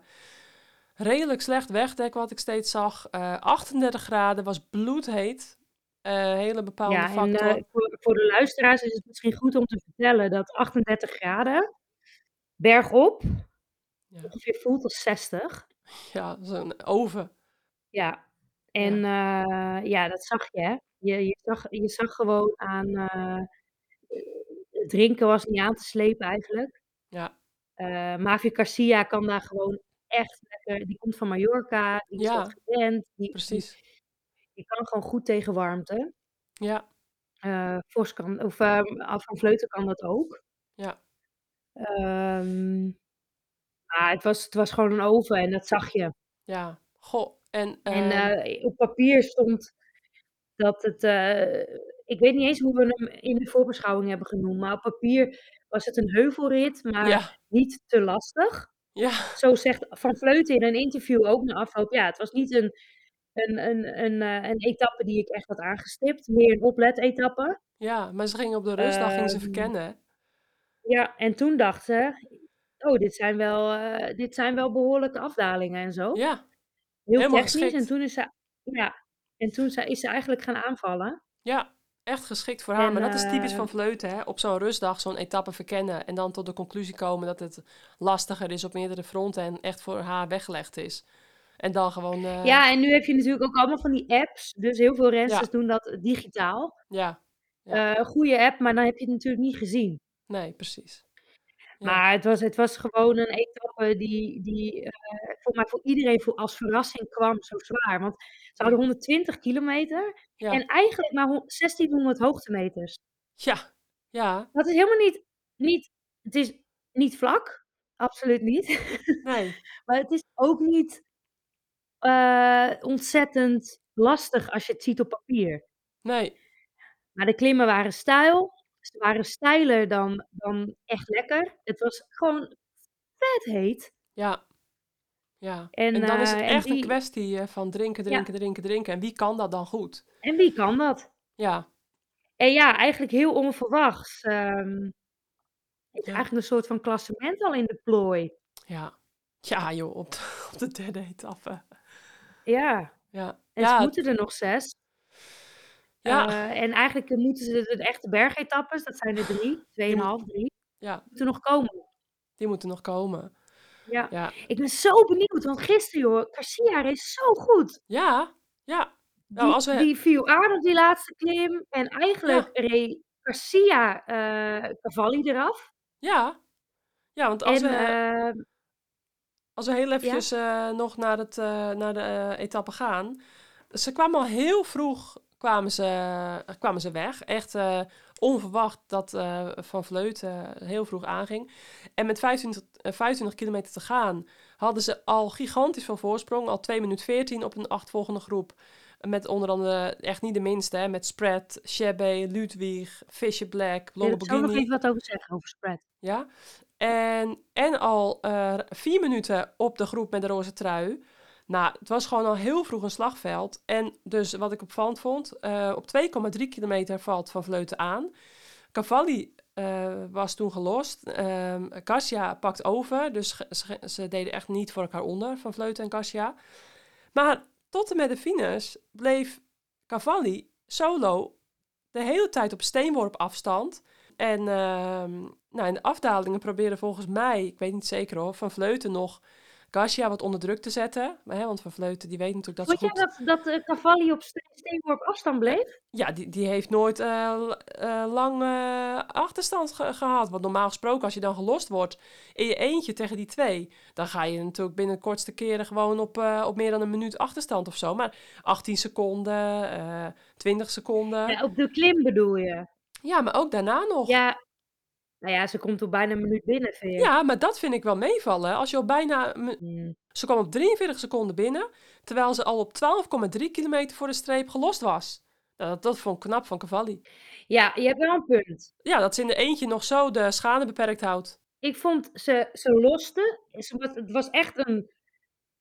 Speaker 1: redelijk slecht wegdek wat ik steeds zag. Eh, 38 graden, was bloedheet. Eh, hele bepaalde
Speaker 3: Ja, en
Speaker 1: factor.
Speaker 3: eh, voor, voor de luisteraars is het misschien goed om te vertellen dat 38 graden bergop
Speaker 1: Ja.
Speaker 3: ongeveer voelt als 60.
Speaker 1: Ja, zo'n oven.
Speaker 3: Ja, en ja, ja dat zag je, hè? Je, je, zag, je zag gewoon aan. eh, het drinken was niet aan te slepen eigenlijk.
Speaker 1: Ja.
Speaker 3: Eh Mavi Garcia kan daar gewoon echt lekker. Die komt van Mallorca, die is
Speaker 1: Ja,
Speaker 3: dat gewend. Die, die,
Speaker 1: Precies.
Speaker 3: die kan gewoon goed tegen warmte.
Speaker 1: Ja,
Speaker 3: Eh, Vos kan, of eh, Ad van Vleuten kan dat ook.
Speaker 1: Ja.
Speaker 3: Ehm, maar het was, het was gewoon een oven en dat zag je.
Speaker 1: ja. Goh, en...
Speaker 3: En
Speaker 1: ehm,
Speaker 3: eh, op papier stond dat het. eh, ik weet niet eens hoe we hem in de voorbeschouwing hebben genoemd. Maar op papier was het een heuvelrit, maar
Speaker 1: ja,
Speaker 3: niet te lastig.
Speaker 1: ja,
Speaker 3: Zo zegt Van Vleuten in een interview ook na afloop. Ja, het was niet een, een, een, een, eh, een etappe die ik echt had aangestipt. Meer een oplet-etappe.
Speaker 1: ja, maar ze gingen op de rustdag gingen ze
Speaker 3: Ehm,
Speaker 1: verkennen. hè?
Speaker 3: Ja, en toen dacht ze. Oh, dit zijn, wel, eh, dit zijn wel behoorlijke afdalingen en zo.
Speaker 1: Ja,
Speaker 3: Heel
Speaker 1: helemaal
Speaker 3: technisch. En
Speaker 1: geschikt.
Speaker 3: toen is ze, ja, en toen ze, is ze eigenlijk gaan aanvallen.
Speaker 1: Ja, echt geschikt voor haar.
Speaker 3: En,
Speaker 1: maar dat is typisch
Speaker 3: eh,
Speaker 1: van Vleuten, hè? Op zo'n rustdag zo'n etappe verkennen. En dan tot de conclusie komen dat het lastiger is op meerdere fronten. En echt voor haar weggelegd is. En dan gewoon... eh,
Speaker 3: Ja, en nu heb je natuurlijk ook allemaal van die apps. Dus heel veel rensters doen dat digitaal.
Speaker 1: ja. Ja.
Speaker 3: Eh goede app, maar dan heb je het natuurlijk niet gezien.
Speaker 1: Nee, precies. Ja.
Speaker 3: Maar het was, het was gewoon een etappe die, die eh, voor, mij voor iedereen voor, als verrassing kwam zo zwaar. Want ze hadden 120 kilometer
Speaker 1: Ja.
Speaker 3: en eigenlijk maar hon- 1600 hoogtemeters.
Speaker 1: Ja. Ja.
Speaker 3: Dat is helemaal niet, niet, het is niet vlak, absoluut niet.
Speaker 1: Nee.
Speaker 3: Maar het is ook niet eh, ontzettend lastig als je het ziet op papier.
Speaker 1: Nee.
Speaker 3: Maar de klimmen waren stijl. Ze waren steiler dan, dan echt lekker. Het was gewoon vet heet.
Speaker 1: Ja. Ja.
Speaker 3: En,
Speaker 1: En, dan is
Speaker 3: eh,
Speaker 1: het
Speaker 3: en
Speaker 1: echt
Speaker 3: die-
Speaker 1: een kwestie eh, van drinken, drinken, drinken, drinken. En wie kan dat dan goed?
Speaker 3: En wie kan dat?
Speaker 1: Ja.
Speaker 3: En ja, eigenlijk heel onverwachts. ehm, is
Speaker 1: Ja.
Speaker 3: eigenlijk een soort van klassement al in de plooi.
Speaker 1: Ja. Ja, joh. Op de, op de derde etappe.
Speaker 3: Ja.
Speaker 1: Ja.
Speaker 3: En
Speaker 1: ja.
Speaker 3: ze moeten er nog zes.
Speaker 1: ja.
Speaker 3: Eh, en eigenlijk moeten ze de, de echte bergetappes, dat zijn er drie, tweeënhalf, drie,
Speaker 1: ja.
Speaker 3: moeten nog komen.
Speaker 1: Die moeten nog komen.
Speaker 3: Ja.
Speaker 1: Ja.
Speaker 3: Ik ben zo benieuwd, want gisteren, joh, Garcia is zo goed.
Speaker 1: Ja. Ja. Nou,
Speaker 3: die,
Speaker 1: als we-
Speaker 3: die viel aan op die laatste klim. En eigenlijk reed Garcia eh, Cavalli eraf.
Speaker 1: Ja. Ja, want als,
Speaker 3: en
Speaker 1: we,
Speaker 3: eh,
Speaker 1: als we heel eventjes eh, nog naar, het, eh, naar de eh, etappe gaan. Ze kwamen al heel vroeg kwamen ze, eh, kwamen ze weg. Echt eh, onverwacht dat eh, Van Vleuten eh, heel vroeg aanging. En met 25, eh, 25 kilometer te gaan hadden ze al gigantisch van voorsprong. Al 2 minuten 14 op een achtvolgende groep. Met onder andere, echt niet de minste, hè, met Spread, Chebbe, Ludwig, Fisher Black,
Speaker 3: wil eh, ik zo nog
Speaker 1: Lollobrigini.
Speaker 3: even wat over zeggen, over spread.
Speaker 1: Ja. En, en al eh, vier minuten op de groep met de roze trui. Nou, het was gewoon al heel vroeg een slagveld. En dus wat ik opvallend vond, eh, op 2,3 kilometer valt Van Vleuten aan. Cavalli eh, was toen gelost. Ehm Kasia pakt over, dus ge- ze, ze deden echt niet voor elkaar onder van Vleuten en Kasia. Maar tot en met de finus bleef Cavalli solo de hele tijd op steenworp afstand. En ehm, nou, in de afdalingen probeerde volgens mij, ik weet niet zeker hoor, Van Vleuten nog Kasia wat onder druk te zetten. Maar, hè, want Van Vleuten die weet natuurlijk dat ze
Speaker 3: Vond
Speaker 1: goed...
Speaker 3: jij dat, dat eh, Cavalli op ste- steenworp afstand bleef?
Speaker 1: Ja, die, die heeft nooit eh, l- eh, lang eh, achterstand ge- gehad. Want normaal gesproken, als je dan gelost wordt in je eentje tegen die twee, dan ga je natuurlijk binnen de kortste keren gewoon op, eh, op meer dan een minuut achterstand of zo. Maar 18 seconden, eh 20 seconden. Ja.
Speaker 3: Ja, op de klim bedoel je?
Speaker 1: maar ook daarna nog. Ja.
Speaker 3: Ja. Nou ja, ze komt op bijna een minuut binnen, vind je?
Speaker 1: maar dat vind ik wel meevallen. Als je al bijna. een mi-
Speaker 3: Hmm.
Speaker 1: Ze kwam op 43 seconden binnen, terwijl ze al op 12,3 kilometer voor de streep gelost was. Nou, dat, dat vond ik knap van Cavalli.
Speaker 3: Ja, je hebt wel een punt.
Speaker 1: Ja, dat ze in de eentje nog zo de schade beperkt houdt.
Speaker 3: Ik vond ze, ze loste. Ze, was- het was echt een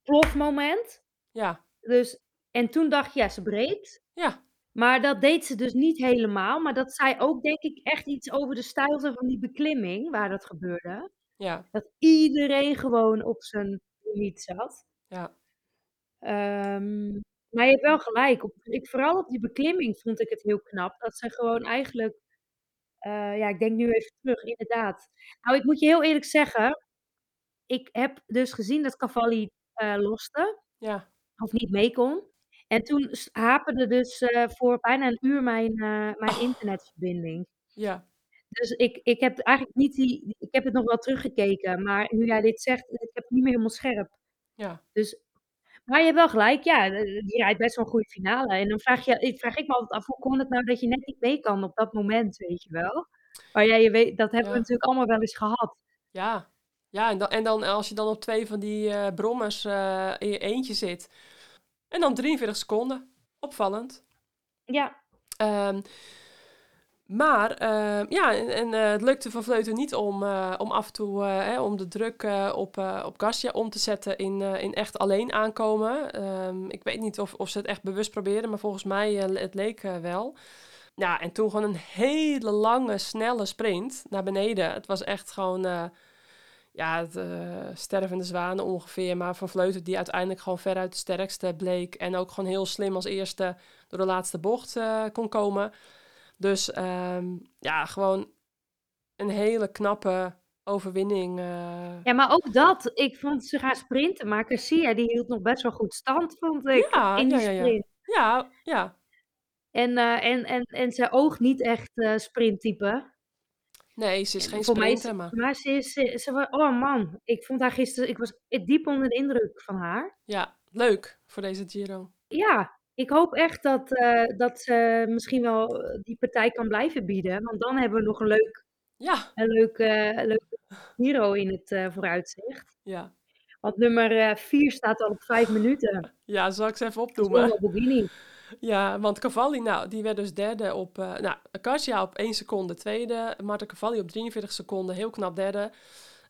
Speaker 3: plofmoment.
Speaker 1: Ja.
Speaker 3: Dus, en toen dacht je, ja, ze breekt.
Speaker 1: Ja,
Speaker 3: Maar dat deed ze dus niet helemaal. Maar dat zei ook, denk ik, echt iets over de stijlte van die beklimming, waar dat gebeurde.
Speaker 1: ja,
Speaker 3: Dat iedereen gewoon op zijn limiet zat.
Speaker 1: ja.
Speaker 3: Ehm, maar je hebt wel gelijk. Op, ik, vooral op die beklimming vond ik het heel knap. Dat ze gewoon eigenlijk. eh, ja, ik denk nu even terug, inderdaad. Nou, ik moet je heel eerlijk zeggen. Ik heb dus gezien dat Cavalli eh, loste.
Speaker 1: Ja,
Speaker 3: Of niet mee kon. En toen s- haperde dus eh, voor bijna een uur mijn, eh,
Speaker 1: Oh.
Speaker 3: mijn internetverbinding.
Speaker 1: ja,
Speaker 3: Dus ik, ik heb eigenlijk niet die. Ik heb het nog wel teruggekeken. Maar nu jij dit zegt, ik heb het niet meer helemaal scherp.
Speaker 1: ja,
Speaker 3: Dus, maar je hebt wel gelijk, ja, eh, die rijdt best wel een goede finale. En dan vraag, je, ik vraag ik me altijd af, hoe kon het nou dat je net niet mee kan op dat moment, weet je wel? Maar ja, je weet, dat hebben
Speaker 1: Ja.
Speaker 3: we natuurlijk allemaal wel eens gehad.
Speaker 1: ja. Ja, en dan, en dan als je dan op twee van die eh, brommers eh, in je eentje zit. En dan 43 seconden. Opvallend.
Speaker 3: Ja,
Speaker 1: Ehm, maar ehm, ja, en, en, eh, het lukte van Vleuten niet om, eh, om af en toe eh, hè, om de druk eh, op, eh op Garcia om te zetten in, eh, in echt alleen aankomen. Ehm, ik weet niet of, of ze het echt bewust probeerden, maar volgens mij eh, het leek eh, wel. Ja, en toen gewoon een hele lange, snelle sprint naar beneden. Het was echt gewoon, eh, ja, het, eh, stervende zwanen ongeveer. Maar Van Vleuten die uiteindelijk gewoon veruit de sterkste bleek. En ook gewoon heel slim als eerste door de laatste bocht eh, kon komen. Dus ehm, ja, gewoon een hele knappe overwinning. eh.
Speaker 3: ja maar ook dat, ik vond ze gaan sprinten, maar Cassia die hield nog best wel goed stand, vond ik,
Speaker 1: Ja,
Speaker 3: in die
Speaker 1: ja, ja, ja.
Speaker 3: sprint.
Speaker 1: Ja, ja.
Speaker 3: En, eh, en, en, en ze oogt niet echt eh, sprinttype.
Speaker 1: Nee, ze is
Speaker 3: En
Speaker 1: geen
Speaker 3: voor mij is-
Speaker 1: sprinter, maar
Speaker 3: Maar ze is, ze, ze wa- oh man, ik vond haar gisteren, ik was diep onder de indruk van haar.
Speaker 1: ja, leuk voor deze Giro.
Speaker 3: Ja, ik hoop echt dat, eh, dat ze misschien wel eh, die partij kan blijven bieden. Want dan hebben we nog een leuk,
Speaker 1: Ja,
Speaker 3: een leuk, eh, een leuk Giro in het eh, vooruitzicht.
Speaker 1: ja.
Speaker 3: Want nummer 4 staat al op 5 minuten.
Speaker 1: Ja, zal ik ze even
Speaker 3: Dat is
Speaker 1: opdoemen?
Speaker 3: Olga Bugini.
Speaker 1: Ja, want Cavalli, nou, die werd dus derde op... eh nou, Kasia op 1 seconde tweede. Marta Cavalli op 43 seconden, heel knap derde.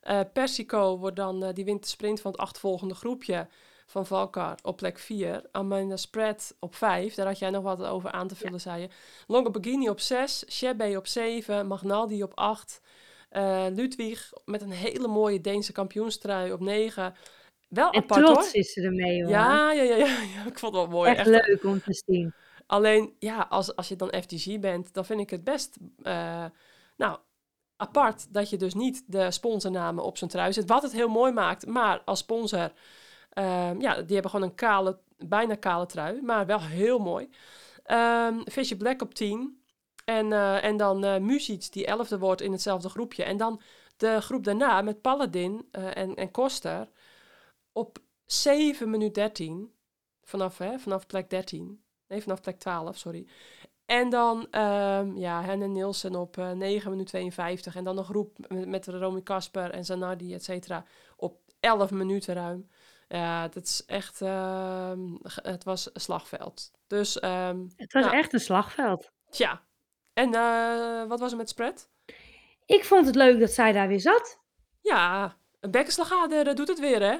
Speaker 1: Eh, Persico wordt dan, eh, die wint de sprint van het achtvolgende groepje van Valkar op plek 4. Amanda Spread op 5, daar had jij nog wat over aan te vullen, zei je. Longo Bagini op 6, Shebe op 7, Magnaldi op 8. eh Ludwig met een hele mooie Deense kampioenstrui op 9. Wel
Speaker 3: En
Speaker 1: apart hoor.
Speaker 3: trots is ze ermee, hoor.
Speaker 1: Ja, ja, ja, ja, ja, ik vond het wel mooi.
Speaker 3: echt, leuk om te zien.
Speaker 1: Alleen, ja, als, als je dan FTG bent, dan vind ik het best eh, nou, apart dat je dus niet de sponsornamen op zijn trui zet. Wat het heel mooi maakt, maar als sponsor, ehm, ja, die hebben gewoon een kale, bijna kale trui, maar wel heel mooi. Ehm Fisher Black op 10. En, eh, en dan eh Muzic, die 11e wordt in hetzelfde groepje. En dan de groep daarna met Paladin eh, en, en Koster op 7 minuut 13. Vanaf, hè, vanaf plek 13. Nee, vanaf plek 12, sorry. En dan ehm ja, Hen en Nielsen op eh 9 minuut 52. En dan een groep met, met Romy Kasper en Zanardi, et cetera, op 11 minuten ruim. Ja, dat is echt... ehm, ge- het was een slagveld. Dus ehm,
Speaker 3: Het was
Speaker 1: Nou.
Speaker 3: echt een slagveld.
Speaker 1: tja. En eh, wat was er met spread?
Speaker 3: Ik vond het leuk dat zij daar weer zat.
Speaker 1: Ja, een bekkenslagader eh, doet het weer, hè?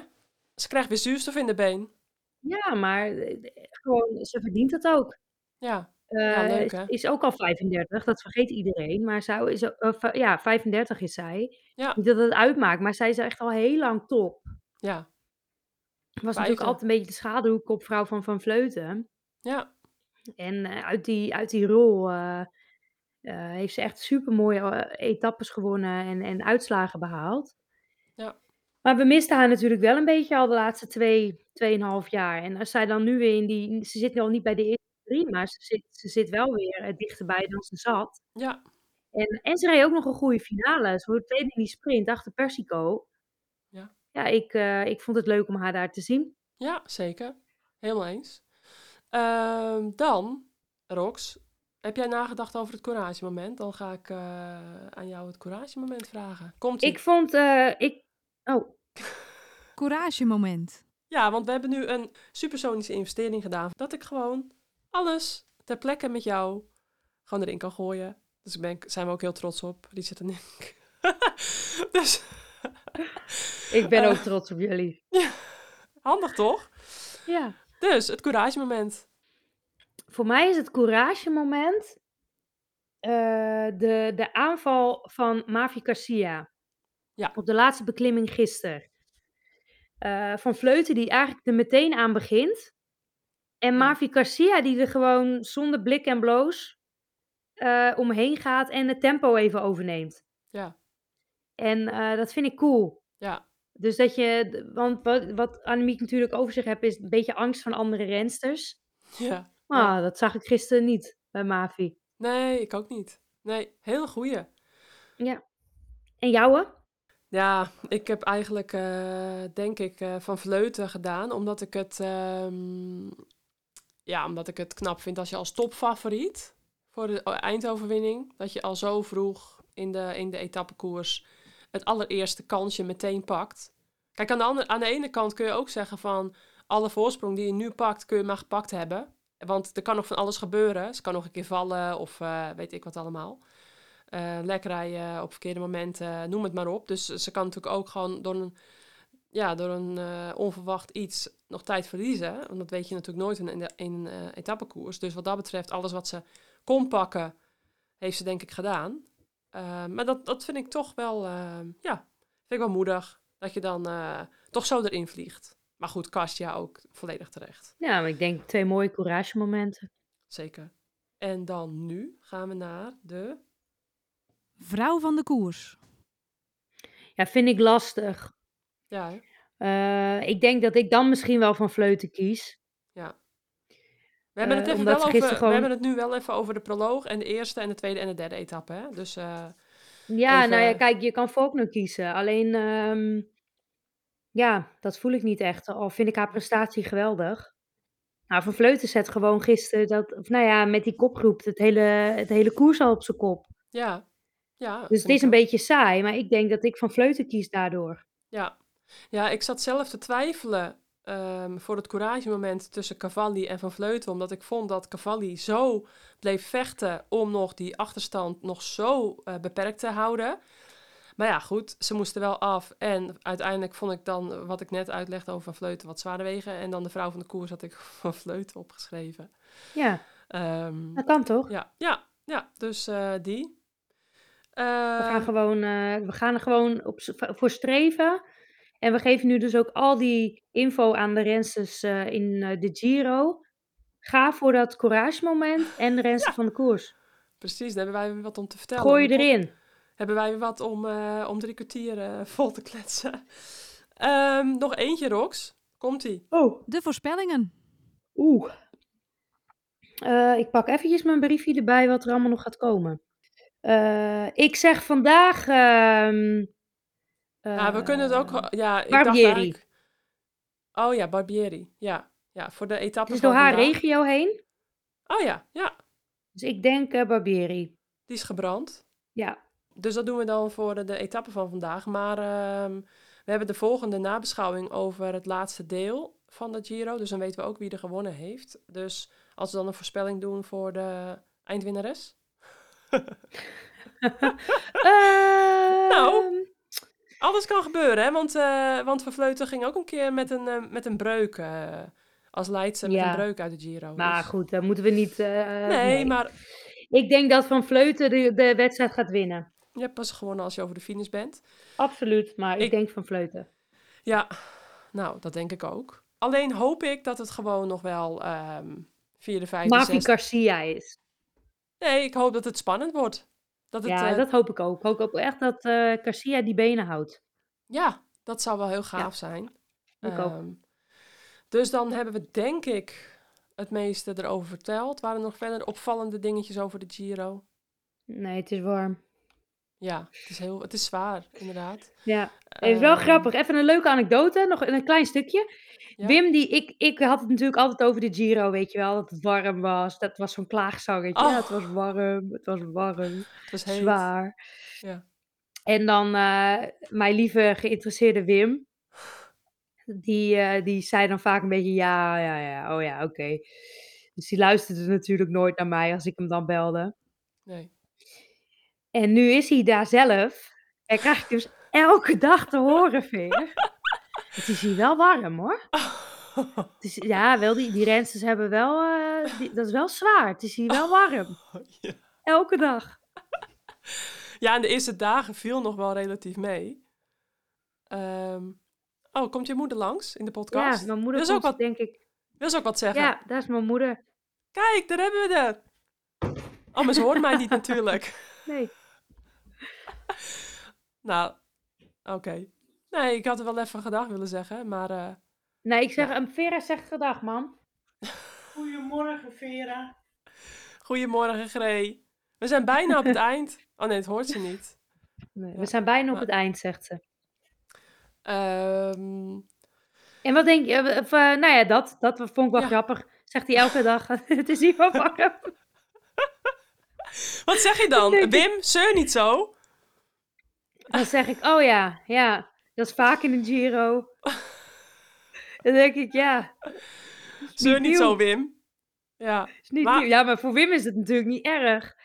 Speaker 1: Ze krijgt weer zuurstof in de been.
Speaker 3: Ja, maar eh, gewoon, ze verdient het ook.
Speaker 1: Ja, Ja,
Speaker 3: eh,
Speaker 1: leuk
Speaker 3: is,
Speaker 1: hè?
Speaker 3: is ook al 35, dat vergeet iedereen. Maar zij is, of, eh, ja, 35 is zij.
Speaker 1: Ja,
Speaker 3: Niet dat het uitmaakt, maar zij is echt al heel lang top.
Speaker 1: ja,
Speaker 3: Was natuurlijk
Speaker 1: Vijfde.
Speaker 3: altijd een beetje de schaduwkopvrouw van Van Vleuten.
Speaker 1: ja,
Speaker 3: En eh, uit, die, uit die rol eh, eh, heeft ze echt super mooie etappes gewonnen en, en uitslagen behaald.
Speaker 1: Ja.
Speaker 3: Maar we misten haar natuurlijk wel een beetje al de laatste twee, tweeënhalf jaar. En als zij dan nu weer in die. Ze zit nu al niet bij de eerste drie, maar ze zit, ze zit wel weer eh, dichterbij dan ze zat.
Speaker 1: ja.
Speaker 3: En, en ze reed ook nog een goede finale. Ze wordt tweede in die sprint achter Persico.
Speaker 1: Ja.
Speaker 3: Ja, ik, eh, ik vond het leuk om haar daar te zien.
Speaker 1: Ja, zeker. Helemaal eens. Ehm, dan, Rox, heb jij nagedacht over het couragemoment? Dan ga ik eh, aan jou het couragemoment vragen. Komt ie.
Speaker 3: Ik vond. eh, ik, oh,
Speaker 2: Couragemoment.
Speaker 1: Ja, want we hebben nu een supersonische investering gedaan. Dat ik gewoon alles ter plekke met jou gewoon erin kan gooien. Dus daar ben ik- zijn we ook heel trots op, Richard en ik. dus
Speaker 3: ik ben
Speaker 1: Eh.
Speaker 3: ook trots op jullie.
Speaker 1: handig toch?
Speaker 3: Ja.
Speaker 1: Dus, het couragemoment.
Speaker 3: voor mij is het couragemoment eh de, de aanval van Mavi Garcia.
Speaker 1: Ja.
Speaker 3: Op de laatste beklimming gisteren. Eh, van Vleuten die eigenlijk er meteen aan begint. En Mavi Garcia die er gewoon zonder blik en bloos eh, omheen gaat en het tempo even overneemt.
Speaker 1: Ja.
Speaker 3: En eh, dat vind ik cool.
Speaker 1: Ja,
Speaker 3: Dus dat je, d- want wat, wat Annemiek natuurlijk over zich hebt, is een beetje angst van andere rensters.
Speaker 1: ja. Ja.
Speaker 3: Ah, dat zag ik gisteren niet bij Mavi.
Speaker 1: Nee, ik ook niet. Nee, hele goeie.
Speaker 3: En jouwe?
Speaker 1: Ja, ik heb eigenlijk, eh, denk ik, eh, van Vleuten gedaan. Omdat ik het, ehm, ja, omdat ik het knap vind als je als topfavoriet voor de eindoverwinning, dat je al zo vroeg in de, in de etappekoers het allereerste kansje meteen pakt. Kijk, aan de, andere, aan de ene kant kun je ook zeggen van alle voorsprong die je nu pakt, kun je maar gepakt hebben. Want er kan nog van alles gebeuren. Ze kan nog een keer vallen of eh, weet ik wat allemaal eh lek rijden op verkeerde momenten, noem het maar op. Dus ze kan natuurlijk ook gewoon door een, ja, door een eh, onverwacht iets nog tijd verliezen. Want dat weet je natuurlijk nooit in, in, de- in eh, etappekoers. Dus wat dat betreft, alles wat ze kon pakken, heeft ze denk ik gedaan. Eh, maar dat, dat vind ik toch wel, eh, ja, vind ik wel moedig. Dat je dan eh, toch zo erin vliegt. Maar goed, Kastja ook volledig terecht.
Speaker 3: Ja, maar ik denk twee mooie couragemomenten.
Speaker 1: Zeker. En dan nu gaan we naar de...
Speaker 2: Vrouw van de koers.
Speaker 3: Ja, vind ik lastig.
Speaker 1: Ja, hè?
Speaker 3: Eh, ik denk dat ik dan misschien wel van Vleuten kies.
Speaker 1: We hebben, het
Speaker 3: Eh,
Speaker 1: even
Speaker 3: omdat
Speaker 1: wel
Speaker 3: ze
Speaker 1: over,
Speaker 3: gisteren
Speaker 1: we
Speaker 3: gewoon-
Speaker 1: hebben het nu wel even over de proloog en de eerste en de tweede en de derde etappe. Hè? Dus eh,
Speaker 3: Ja, nou ja,
Speaker 1: Even-
Speaker 3: kijk, je kan Faulkner kiezen. Alleen, ehm, ja, dat voel ik niet echt. Al vind ik haar prestatie geweldig. Nou, van Vleuten zet gewoon gisteren dat, of nou ja, met die kopgroep, het hele, het hele koers al op zijn kop.
Speaker 1: ja. ja
Speaker 3: Dus
Speaker 1: vind
Speaker 3: het is
Speaker 1: ik
Speaker 3: een
Speaker 1: ook.
Speaker 3: beetje saai, maar ik denk dat ik van Vleuten kies daardoor.
Speaker 1: Ja. ja, ik zat zelf te twijfelen ehm, voor het couragemoment tussen Cavalli en Van Vleuten. Omdat ik vond dat Cavalli zo bleef vechten om nog die achterstand nog zo eh, beperkt te houden. Maar ja, goed, ze moesten wel af. En uiteindelijk vond ik dan, eh, wat ik net uitlegde over Van Vleuten, wat zwaarder wegen. En dan de vrouw van de koers had ik Van Vleuten opgeschreven.
Speaker 3: Ja,
Speaker 1: Ehm,
Speaker 3: dat kan toch?
Speaker 1: Ja, ja, ja. Dus eh, die.
Speaker 3: We gaan,
Speaker 1: Ehm,
Speaker 3: gewoon, eh, we gaan er gewoon op, s- voor streven. En we geven nu dus ook al die info aan de rensters eh, in eh, de Giro. Ga voor dat courage moment en de renster van de koers.
Speaker 1: precies, daar hebben wij weer wat om te vertellen.
Speaker 3: Gooi je
Speaker 1: Om-
Speaker 3: erin.
Speaker 1: Hebben wij weer wat om, eh, om drie kwartier eh, vol te kletsen. Ehm, nog eentje, Rox. Komt-ie.
Speaker 3: Oh,
Speaker 2: De voorspellingen.
Speaker 3: oeh. Eh, ik pak eventjes mijn briefje erbij wat er allemaal nog gaat komen. Eh, ik zeg vandaag... ehm,
Speaker 1: ja, we kunnen het ook...
Speaker 3: eh,
Speaker 1: wel- Ja, ik dacht
Speaker 3: Barbieri.
Speaker 1: eigenlijk- Oh ja, Barbieri. Ja, ja voor de etappe
Speaker 3: Het is
Speaker 1: van
Speaker 3: door haar
Speaker 1: vandaag.
Speaker 3: regio heen.
Speaker 1: Oh ja, ja.
Speaker 3: Dus ik denk eh, Barbieri.
Speaker 1: Die is gebrand.
Speaker 3: Ja,
Speaker 1: Dus dat doen we dan voor de, de etappe van vandaag. Maar ehm, we hebben de volgende nabeschouwing over het laatste deel van de Giro. Dus dan weten we ook wie er gewonnen heeft. Dus als we dan een voorspelling doen voor de eindwinnares. Nou.
Speaker 3: Ehm,
Speaker 1: Alles kan gebeuren, hè? Want, eh want Van Vleuten ging ook een keer met een, eh, met een breuk eh, als Leidse met een
Speaker 3: Ja.
Speaker 1: breuk uit de Giro.
Speaker 3: Maar
Speaker 1: Dus-
Speaker 3: goed, daar moeten we niet... eh,
Speaker 1: Nee, maar
Speaker 3: Ik denk dat Van Vleuten de, de wedstrijd gaat winnen.
Speaker 1: je hebt pas gewonnen als je over de finish bent.
Speaker 3: Absoluut, maar ik,
Speaker 1: Ik-
Speaker 3: denk Van Vleuten.
Speaker 1: Ja, nou, dat denk ik ook. Alleen hoop ik dat het gewoon nog wel ehm via de vijfde,
Speaker 3: Mavi
Speaker 1: zesde...
Speaker 3: Garcia is.
Speaker 1: Nee, ik hoop dat het spannend wordt. Dat het,
Speaker 3: ja,
Speaker 1: eh,
Speaker 3: dat hoop ik ook. Ik hoop ook echt dat eh Garcia die benen houdt.
Speaker 1: ja, dat zou wel heel gaaf zijn.
Speaker 3: Ik ook.
Speaker 1: Ehm, Dus dan hebben we denk ik het meeste erover verteld. Waren er nog verder opvallende dingetjes over de Giro?
Speaker 3: Nee, het is warm.
Speaker 1: Ja, het is, heel, het is zwaar, inderdaad.
Speaker 3: Ja, het is wel
Speaker 1: Ehm,
Speaker 3: grappig. Even een leuke anekdote, nog een klein stukje.
Speaker 1: Ja.
Speaker 3: Wim, die, ik, ik had het natuurlijk altijd over de Giro, weet je wel. Dat het warm was, dat was zo'n klaagzangetje.
Speaker 1: Oh.
Speaker 3: Het was warm, het was warm,
Speaker 1: Het was heet.
Speaker 3: zwaar.
Speaker 1: Ja.
Speaker 3: En dan eh, mijn lieve geïnteresseerde Wim. Die, eh, die zei dan vaak een beetje ja, ja, ja, oh ja, oké. Dus die luisterde natuurlijk nooit naar mij als ik hem dan belde.
Speaker 1: Nee.
Speaker 3: En nu is hij daar zelf. En krijg ik dus elke dag te horen weer. Het is hier wel warm hoor. Het is, ja, wel die, die rensters hebben wel. eh, die- dat is wel zwaar. Het is hier wel warm.
Speaker 1: ja.
Speaker 3: Elke dag.
Speaker 1: ja, en de eerste dagen viel nog wel relatief mee. Ehm, oh, komt je moeder langs in de podcast?
Speaker 3: Ja, mijn moeder
Speaker 1: Dat is ook
Speaker 3: komt,
Speaker 1: wat-
Speaker 3: denk ik.
Speaker 1: Wil ze ook wat zeggen?
Speaker 3: Ja, daar is mijn moeder.
Speaker 1: Kijk, daar hebben we het. Oh, maar ze hoort mij niet natuurlijk.
Speaker 3: Nee.
Speaker 1: Nou, oké. Nee, ik had er wel even gedag willen zeggen, maar... eh,
Speaker 3: Nee, ik zeg, een Vera zegt gedag, mam.
Speaker 4: Goedemorgen, Vera.
Speaker 1: goedemorgen, Gray. We zijn bijna op het eind. Oh nee, het hoort ze niet.
Speaker 3: Nee,
Speaker 1: Ja,
Speaker 3: we zijn bijna op
Speaker 1: maar-
Speaker 3: het eind, zegt ze.
Speaker 1: Ehm,
Speaker 3: En wat denk je? eh, Of, eh, nou ja, dat, dat vond ik wel
Speaker 1: Ja.
Speaker 3: grappig. Zegt hij elke dag. Het is hier wel warm.
Speaker 1: wat zeg je dan? Wim, zeur niet zo.
Speaker 3: Dan zeg ik, oh ja, ja, dat is vaak in de Giro. Dan denk ik, ja,
Speaker 1: Zeur niet
Speaker 3: nieuw.
Speaker 1: zo, Wim. Ja,
Speaker 3: is niet
Speaker 1: Maar-
Speaker 3: nieuw. Ja, maar voor Wim is het natuurlijk niet erg.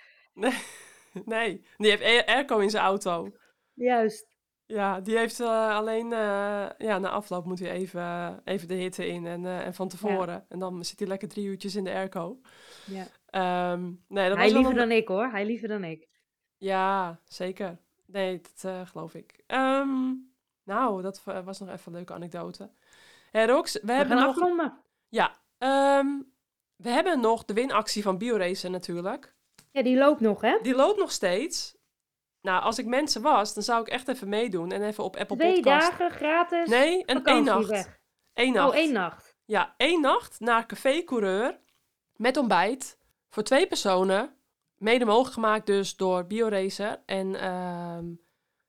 Speaker 1: nee. Die heeft air- airco in zijn auto.
Speaker 3: Juist.
Speaker 1: Ja, die heeft eh, alleen... eh, ja, na afloop moet hij even, eh, even de hitte in en, eh, en van tevoren. En dan zit hij lekker drie uurtjes in de airco.
Speaker 3: Ja.
Speaker 1: Ehm, nee, dat
Speaker 3: Hij
Speaker 1: was wel
Speaker 3: liever
Speaker 1: een-
Speaker 3: dan ik hoor, hij liever dan ik.
Speaker 1: Ja, zeker. Nee, dat eh, geloof ik. Ehm, nou, dat eh, was nog even een leuke anekdote. Hé Rox, we,
Speaker 3: We
Speaker 1: hebben
Speaker 3: gaan
Speaker 1: nog,
Speaker 3: afronden.
Speaker 1: ehm, we hebben nog de winactie van BioRacer natuurlijk.
Speaker 3: Ja, die loopt nog hè.
Speaker 1: Die loopt nog steeds. Nou, als ik mensen was, dan zou ik echt even meedoen en even op Apple
Speaker 3: Twee
Speaker 1: Podcast.
Speaker 3: dagen gratis.
Speaker 1: Nee, een één
Speaker 3: vakantie
Speaker 1: nacht.
Speaker 3: weg.
Speaker 1: Eén nacht.
Speaker 3: Oh, één nacht.
Speaker 1: Ja, één nacht naar Café Coureur met ontbijt voor twee personen. Mede mogelijk gemaakt dus door BioRacer en ehm,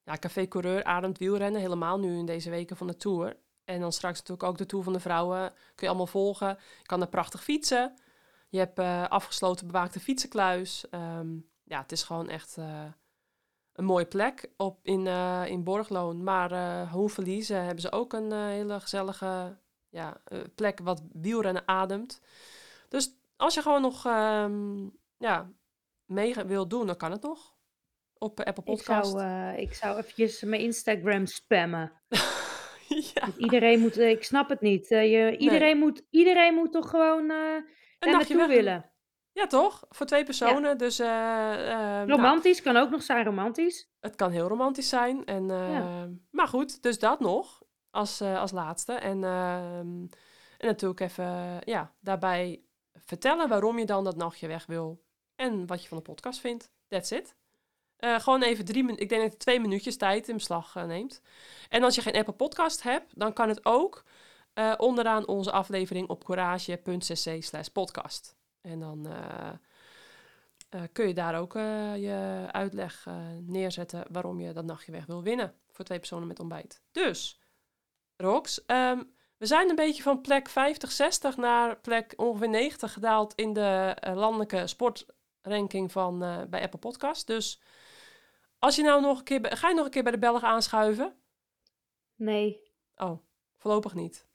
Speaker 1: ja, Café Coureur ademt wielrennen helemaal nu in deze weken van de Tour. En dan straks natuurlijk ook de Tour van de Vrouwen. Kun je allemaal volgen. Je kan daar prachtig fietsen. Je hebt eh, afgesloten bewaakte fietsenkluis. Ehm, ja, het is gewoon echt eh, een mooie plek op, in, eh, in Borgloon. Maar eh Hoeverliezen hebben ze ook een eh, hele gezellige ja, eh, plek wat wielrennen ademt. Dus als je gewoon nog ehm, ja, mee wil doen, dan kan het nog. Op eh, Apple
Speaker 3: Ik
Speaker 1: Podcast.
Speaker 3: zou, eh, ik zou eventjes mijn Instagram spammen.
Speaker 1: ja,
Speaker 3: Want Iedereen moet, eh, ik snap het niet. Eh, je, iedereen, moet, iedereen moet toch gewoon eh daar
Speaker 1: een dagje
Speaker 3: naartoe
Speaker 1: weg.
Speaker 3: willen.
Speaker 1: Ja, toch? Voor twee personen. Dus eh, eh, nou,
Speaker 3: Romantisch kan ook nog zijn romantisch.
Speaker 1: het kan heel romantisch zijn. En,
Speaker 3: Ja.
Speaker 1: eh, Maar goed, dus dat nog als, eh, als laatste. En, ehm, en natuurlijk even ja, daarbij vertellen waarom je dan dat nachtje weg wil. En wat je van de podcast vindt. That's it. Eh, gewoon even drie minuten. Ik denk dat het twee minuutjes tijd in beslag eh, neemt. En als je geen Apple Podcast hebt, dan kan het ook eh, onderaan onze aflevering op courage.cc slash podcast. En dan eh, eh, kun je daar ook eh, je uitleg eh, neerzetten waarom je dat nachtje weg wil winnen voor twee personen met ontbijt. Dus, Rox, ehm, we zijn een beetje van plek 50, 60 naar plek ongeveer 90 gedaald in de eh, landelijke sportranking van, eh, bij Apple Podcast. Dus als je nou nog een keer, bij- ga je nog een keer bij de Belgen aanschuiven?
Speaker 3: Nee,
Speaker 1: Oh, voorlopig niet.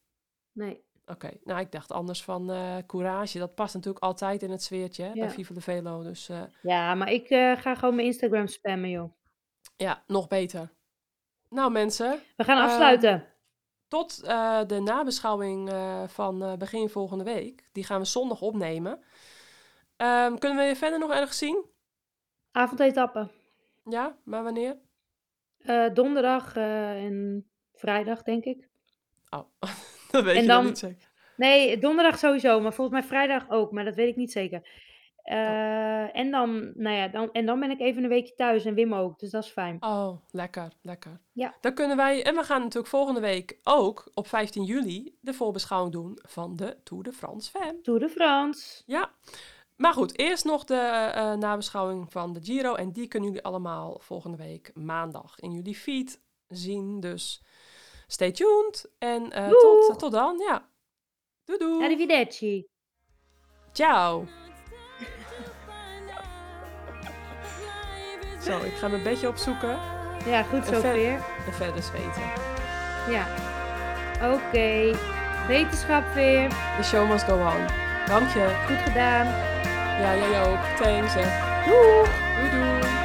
Speaker 3: nee.
Speaker 1: Oké, nou ik dacht anders van eh, courage. Dat past natuurlijk altijd in het sfeertje hè, bij
Speaker 3: Ja.
Speaker 1: Viva de Velo. Dus eh,
Speaker 3: Ja, maar ik eh, ga gewoon mijn Instagram spammen, joh.
Speaker 1: ja, nog beter. Nou mensen,
Speaker 3: We gaan
Speaker 1: Ehm,
Speaker 3: afsluiten.
Speaker 1: Tot eh, de nabeschouwing eh, van eh, begin volgende week. Die gaan we zondag opnemen. Ehm, kunnen we je verder nog ergens zien?
Speaker 3: Avondetappen.
Speaker 1: Ja, maar wanneer?
Speaker 3: Eh, donderdag eh, en vrijdag, denk ik.
Speaker 1: Oh, dat weet
Speaker 3: En
Speaker 1: je
Speaker 3: dan-
Speaker 1: nog niet zeker.
Speaker 3: Nee, donderdag sowieso, maar volgens mij vrijdag ook, maar dat weet ik niet zeker.
Speaker 1: Oh.
Speaker 3: Eh, en, dan, nou ja, dan, en dan ben ik even een weekje thuis en Wim ook, dus dat is fijn.
Speaker 1: Oh, lekker, lekker.
Speaker 3: Ja.
Speaker 1: Dan kunnen wij, en we gaan natuurlijk volgende week ook op 15 juli de voorbeschouwing doen van de Tour de France Fem.
Speaker 3: Tour de France.
Speaker 1: Ja, maar goed, eerst nog de eh, nabeschouwing van de Giro. En die kunnen jullie allemaal volgende week maandag in jullie feed zien. Dus stay tuned. En eh,
Speaker 3: Doeg!
Speaker 1: tot, tot dan, ja. Doei doei.
Speaker 3: Arrivederci.
Speaker 1: Ciao. Zo, ik ga mijn bedje opzoeken
Speaker 3: Ja, goed zo,
Speaker 1: En ver-
Speaker 3: Veer.
Speaker 1: en verder zweten.
Speaker 3: Ja. Oké. Wetenschap, Veer.
Speaker 1: The show must go on. Dank je.
Speaker 3: Goed gedaan.
Speaker 1: Ja, jij ook. Thanks. hè.
Speaker 3: Doei.
Speaker 1: Doei doei.